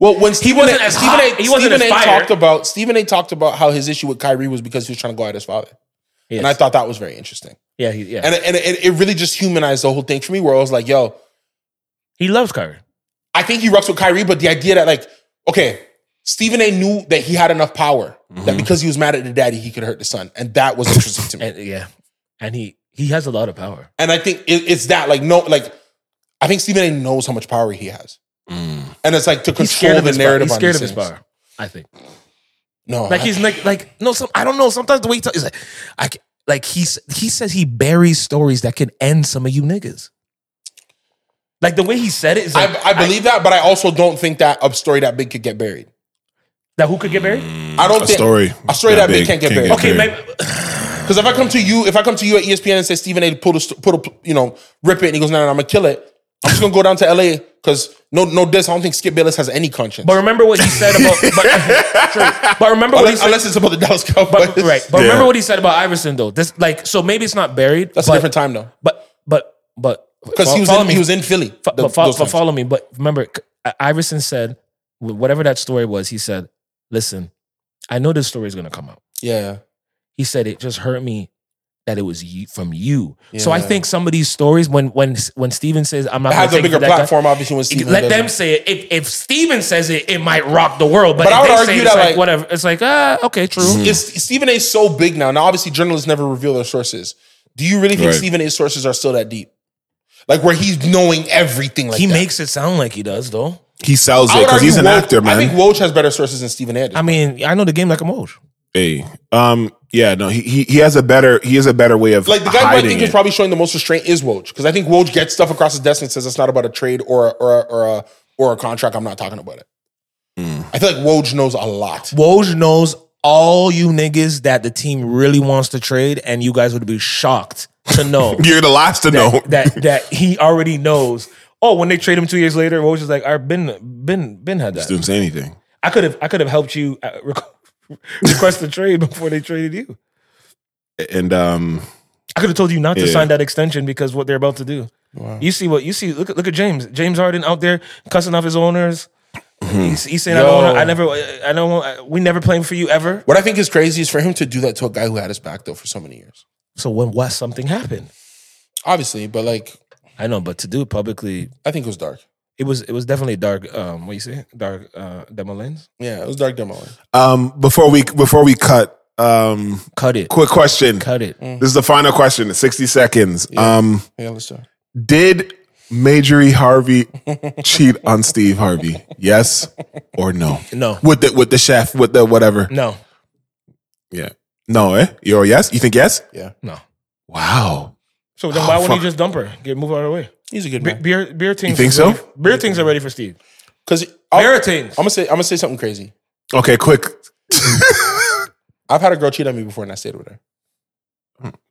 Well, when Stephen
wasn't
A,
as
Stephen
hot-
A,
he wasn't
Stephen
as
A
fired.
talked about Stephen A talked about how his issue with Kyrie was because he was trying to go at his father, and I thought that was very interesting.
yeah, he, yeah.
And and it, it really just humanized the whole thing for me, where I was like, yo,
he loves Kyrie.
I think he rucks with Kyrie, but the idea that like, okay, Stephen A knew that he had enough power
Mm-hmm.
that because he was mad at the daddy, he could hurt the son, and that was interesting to me.
And yeah, and he he has a lot of power.
And I think it, it's that like no like I think Stephen A knows how much power he has, and it's like to
Mm. He's
control
scared of
the
his power.
narrative.
He's scared
on
of
these
his
things.
power. I think.
No,
Like
I-
he's like like no. Some I don't know. Sometimes the way he talks is like I ca- like he's he says he buries stories that could end some of you niggas. Like the way he said it is like
I, I believe that, but I also don't think that a story that big could get buried.
that who could get married?
I don't
a
think
story.
A story that, big can't get buried.
Okay,
buried.
maybe
Because if I come to you, if I come to you at E ESPN and say Stephen A. put a st- put a you know rip it, and he goes, no, no, no, I'm gonna kill it. I'm just gonna go down to LA because no, no, this I don't think Skip Bayless has any conscience.
but remember what he said about. But, true. but remember what he
unless,
said.
unless it's about the Dallas Cowboys,
But, right. But
Yeah.
remember what he said about Iverson though. This like so maybe it's not buried.
That's
but,
a different time though,
But but but
because he was
follow
in,
me.
he was in Philly.
Fo-
th-
but, fo-
those
but
times.
follow me. But remember, C- Iverson said wh- whatever that story was. He said, "Listen, I know this story is gonna come out."
yeah,
He said it just hurt me that it was you, from you. So I
Yeah.
think some of these stories, when when when Steven says, "I'm not,"
it
gonna
has
take
a
it
bigger
from that guy,"
platform obviously. When Stephen
let
does
them
it.
say it. If if Steven says it, it might rock the world. But,
But
if
I would
they say
argue
it, it's
that,
like,
like- Mm-hmm.
whatever. It's like ah okay, true.
Is Stephen A. so big now? Now, obviously, journalists never reveal their sources. Do you really think
Right.
Stephen A.'s sources are still that deep? Like where he's knowing everything. Like
He
that?
makes it sound like he does though.
He sells
I
it
would
because
argue
he's an
Woj-
actor, man.
I think Woj has better sources than Stephen A.
I mean, I know the game like a mole.
hey, um, yeah, no, he, he he has a better he has a better way of
like the guy who I
hiding
think
it.
is probably showing the most restraint is Woj because I think Woj gets stuff across his desk and says it's not about a trade or a, or a, or a, or a contract. I'm not talking about it.
Hmm.
I feel like Woj knows a lot.
Woj knows all you niggas that the team really wants to trade, and you guys would be shocked to know
You're the last to know.
that that he already knows. Oh, when they trade him two years later, Woj is like, "I've been been been had that.
Didn't say anything.
I could have I could have helped you uh, requ- request the trade before they traded you.
And um,
I could have told you not to
Yeah.
sign that extension because what they're about to do. You see what you see. Look at look at James James Harden out there cussing off his owners. He's, he's saying, "I don't.
Yo.
Wanna, I never. I don't. Want, we never playing for you ever."
What I think is crazy is for him to do that to a guy who had his back though for so many years.
So when what something happened?
Obviously, but like
I know, but to do it publicly,
I think it was dark.
it was it was definitely dark. Um, what you say? Dark uh, demo lens.
Yeah, it was dark demo.
um, before we before we cut, um,
Cut it.
quick question.
Cut it.
This is the final question. Sixty seconds. Um,
Yeah, let's talk.
did Major E. Harvey cheat on Steve Harvey? Yes or no?
No,
With the with the chef, with the whatever.
no,
Yeah. No, eh? You're yes? You think yes?
no.
Wow.
So then
Oh,
why wouldn't
fuck.
you just dump her? Get move out of the way.
He's a good
Be-
man.
beer beer teams.
You think
is ready-
so?
Beer teams are ready for Steve.
Because
Beer
I'm
teams.
gonna say I'm gonna say something crazy.
Okay, quick.
I've had a girl cheat on me before and I stayed with her.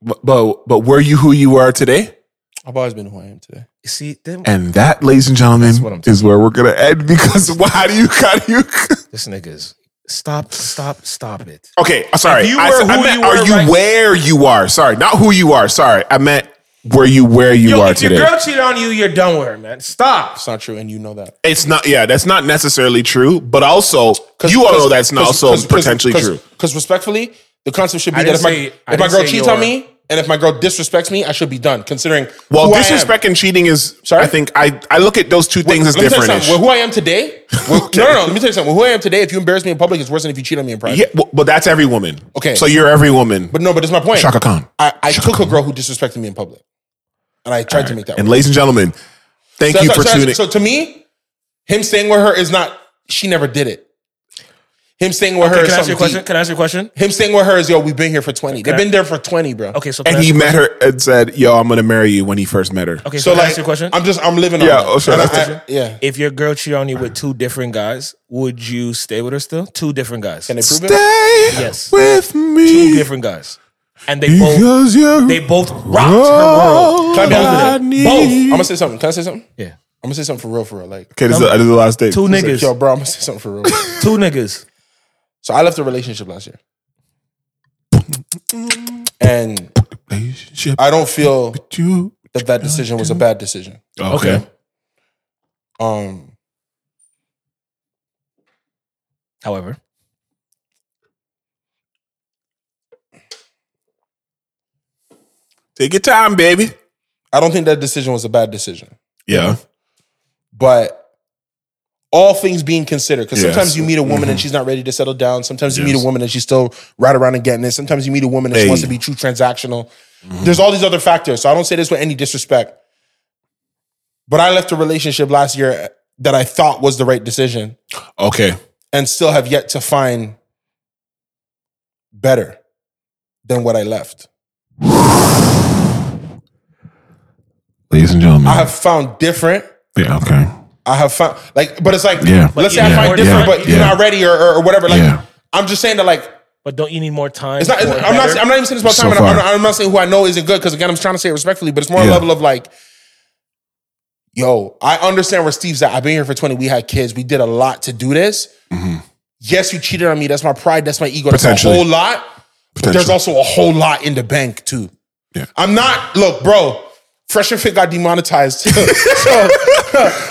But, but but were you who you are today?
I've always been who I am today.
See, then,
And that, ladies and gentlemen,
what I'm
is where we're gonna end because how do you how do you
this nigga's stop, stop, stop it.
Okay, I'm sorry.
If you
I,
were
I
who
meant
you
are
were
you
right-
where you are? Sorry, not who you are. Sorry. I meant were you where you
Yo,
are
if
today.
your girl cheated on you, you're done with her, man. Stop.
It's not true, and you know that.
it's not yeah, that's not necessarily true, but also you all know that's not also potentially true.
Because respectfully, the concept should
I
be that
didn't
if my,
say- I
if my
didn't
girl
say
cheats
you're-
on me and if my girl disrespects me, I should be done. Considering
Well,
who I am.
disrespect and cheating is
Sorry?
I think I, I look at those two things as
Let me tell you
different.
something. Well, who I am today? well, No, no, no. Let me tell you something. Who I am today? If you embarrass me in public, it's worse than if you cheat on me in private.
Yeah, well, but that's every woman.
Okay.
So you're every woman.
But no, but it's my point.
Shaka Khan.
I, I took a girl who disrespected me in public, and I tried to make that.
And
work.
ladies and gentlemen, thank you
That's-
for
so, that's-
tuning.
so to me, him staying with her is not. She never did it. Him staying with her.
Can
is
I ask you
something
a question?
deep.
Can I ask you a question?
Him staying with her is yo. We've been here for twenty. They've been there for twenty, bro.
Okay, so can
and
I
he
ask-
met her and said, "Yo, I'm gonna marry you." When he first met her.
Okay,
So
so, can I
like,
ask you a question?
I'm just I'm living.
Yeah,
on that.
oh, sure,
And
that's
I-
the-
I- yeah.
if your girl cheated on you with two different guys, would you stay with her still? Two different guys.
Can they prove it?
Stay
Yes.
with
two
me
different guys, and they both
because you're
they both rocked her world.
all
Can I be honest with
I
you?
need.
I'm gonna say something. Can I say something? I'm
Yeah,
gonna say something for real, for real. Like,
Okay, this is, the- this is the last date.
two
like,
niggas,
yo, bro, I'm gonna say something for real.
two niggas.
so I left a relationship last year, and
Relationship
I don't feel
with you.
that that decision was a bad decision.
Okay.
Um,
However,
Take your time, baby.
I don't think that decision was a bad decision,
Yeah.
but all things being considered, because
Yes. Mm-hmm.
sometimes you meet a woman and she's not ready to settle down. Sometimes you meet
Yes.
a woman and she's still right around and getting it. Sometimes you meet a woman and
Hey. Mm-hmm.
she wants to be true transactional. There's all these other factors. So I don't say this with any disrespect, but I left a relationship last year that I thought was the right decision
Okay.
and still have yet to find better than what I left.
Ladies and gentlemen.
I have found different.
yeah. Okay.
I have found like, but it's like,
Yeah.
let's say
But
I
you
find
need
different,
more
but
time.
you're
Yeah.
not ready or, or, or whatever. Like,
Yeah.
I'm just saying that like,
but don't you need more time?
it's not, it's-
for
I'm not,
better?
I'm not even saying this about
So
time. and I'm,
far.
I'm not, I'm not saying who I know isn't good. Cause again, I'm trying to say it respectfully, but it's more a
Yeah.
level of like, yo, I understand where Steve's at. I've been here for 20. We had kids. We did a lot to do this. Yes, you cheated on me. That's my pride. That's my ego. That's a
Mm-hmm. Potentially.
whole lot. But there's
Potentially.
also a whole lot in the bank too.
Yeah.
I'm not, look, bro, Fresh and Fit got demonetized. so,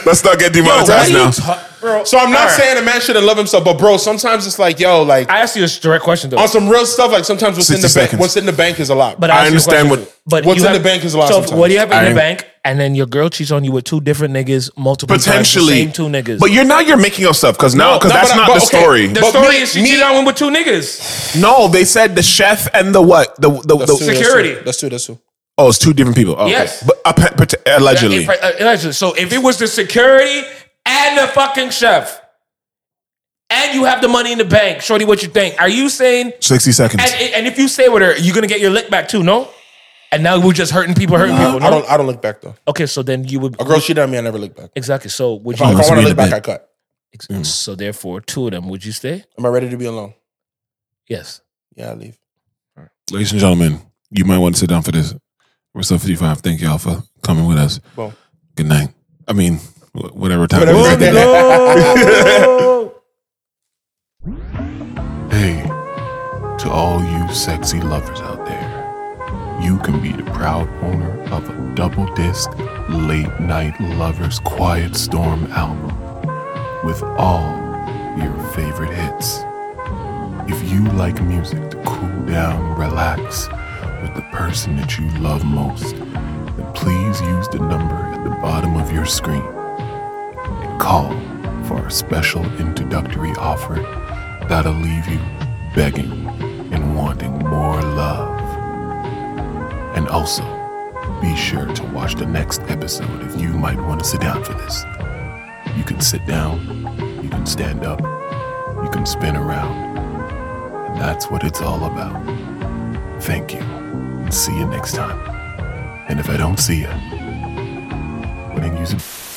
Let's not get demonetized
Yo,
now.
what so I'm not
Alright.
saying a man shouldn't love himself, but bro, sometimes it's like, yo, like
I asked you a direct question though.
on some real stuff, like sometimes what's in
60
the bank,
seconds.
what's in the bank is a lot.
But
But
I, ask you a
understand
question.
what-
But
What's
you
in the bank is a lot
So
sometimes.
what do you have in
I
the
am-
bank, and then your girl cheats on you with two different niggas, multiple
Potentially.
times, the same two niggas.
But you're now you're making up stuff because now
No,
because
no,
that's
but I-
not
but
the
okay,
story.
the
but
story
me-
is she
me-
cheated on him with two niggas.
no, they said the chef and the what the the, the,
Security.
That's two. That's two.
oh it's two different people. Okay.
Yes.
but appa- pat- allegedly.
If- uh, allegedly. So if it was the security and the fucking chef, and you have the money in the bank, shorty, what you think? Are you saying?
Sixty seconds.
And, and if you stay with her, you're gonna get your lick back too, no? And now we're just hurting people, hurting people. No?
I don't. I don't look back though.
okay, so then you would
A girl cheated on me. I never look back. If
exactly. So would
I,
you?
Oh, it's
want
me
to look
in the
back, I
bank.
cut.
ex- So therefore, two of them. Would you stay?
Am I ready to be alone?
Yes.
Yeah, I leave.
Ladies and gentlemen, you might want to sit down for this. We're still 55. Thank y'all for coming with us.
Boom.
Good night. I mean, wh- whatever time.
Whatever
it is
time
right
it
now.
Oh.
Hey, to all you sexy lovers out there, you can be the proud owner of a double disc late night lovers quiet storm album with all your favorite hits. If you like music to cool down, relax with the person that you love most, then please use the number at the bottom of your screen and call for our special introductory offer that'll leave you begging and wanting more love. And also, be sure to watch the next episode if you might want to sit down for this. You can sit down, you can stand up, you can spin around. And that's what it's all about. Thank you, and see you next time. And if I don't see you, when I use it.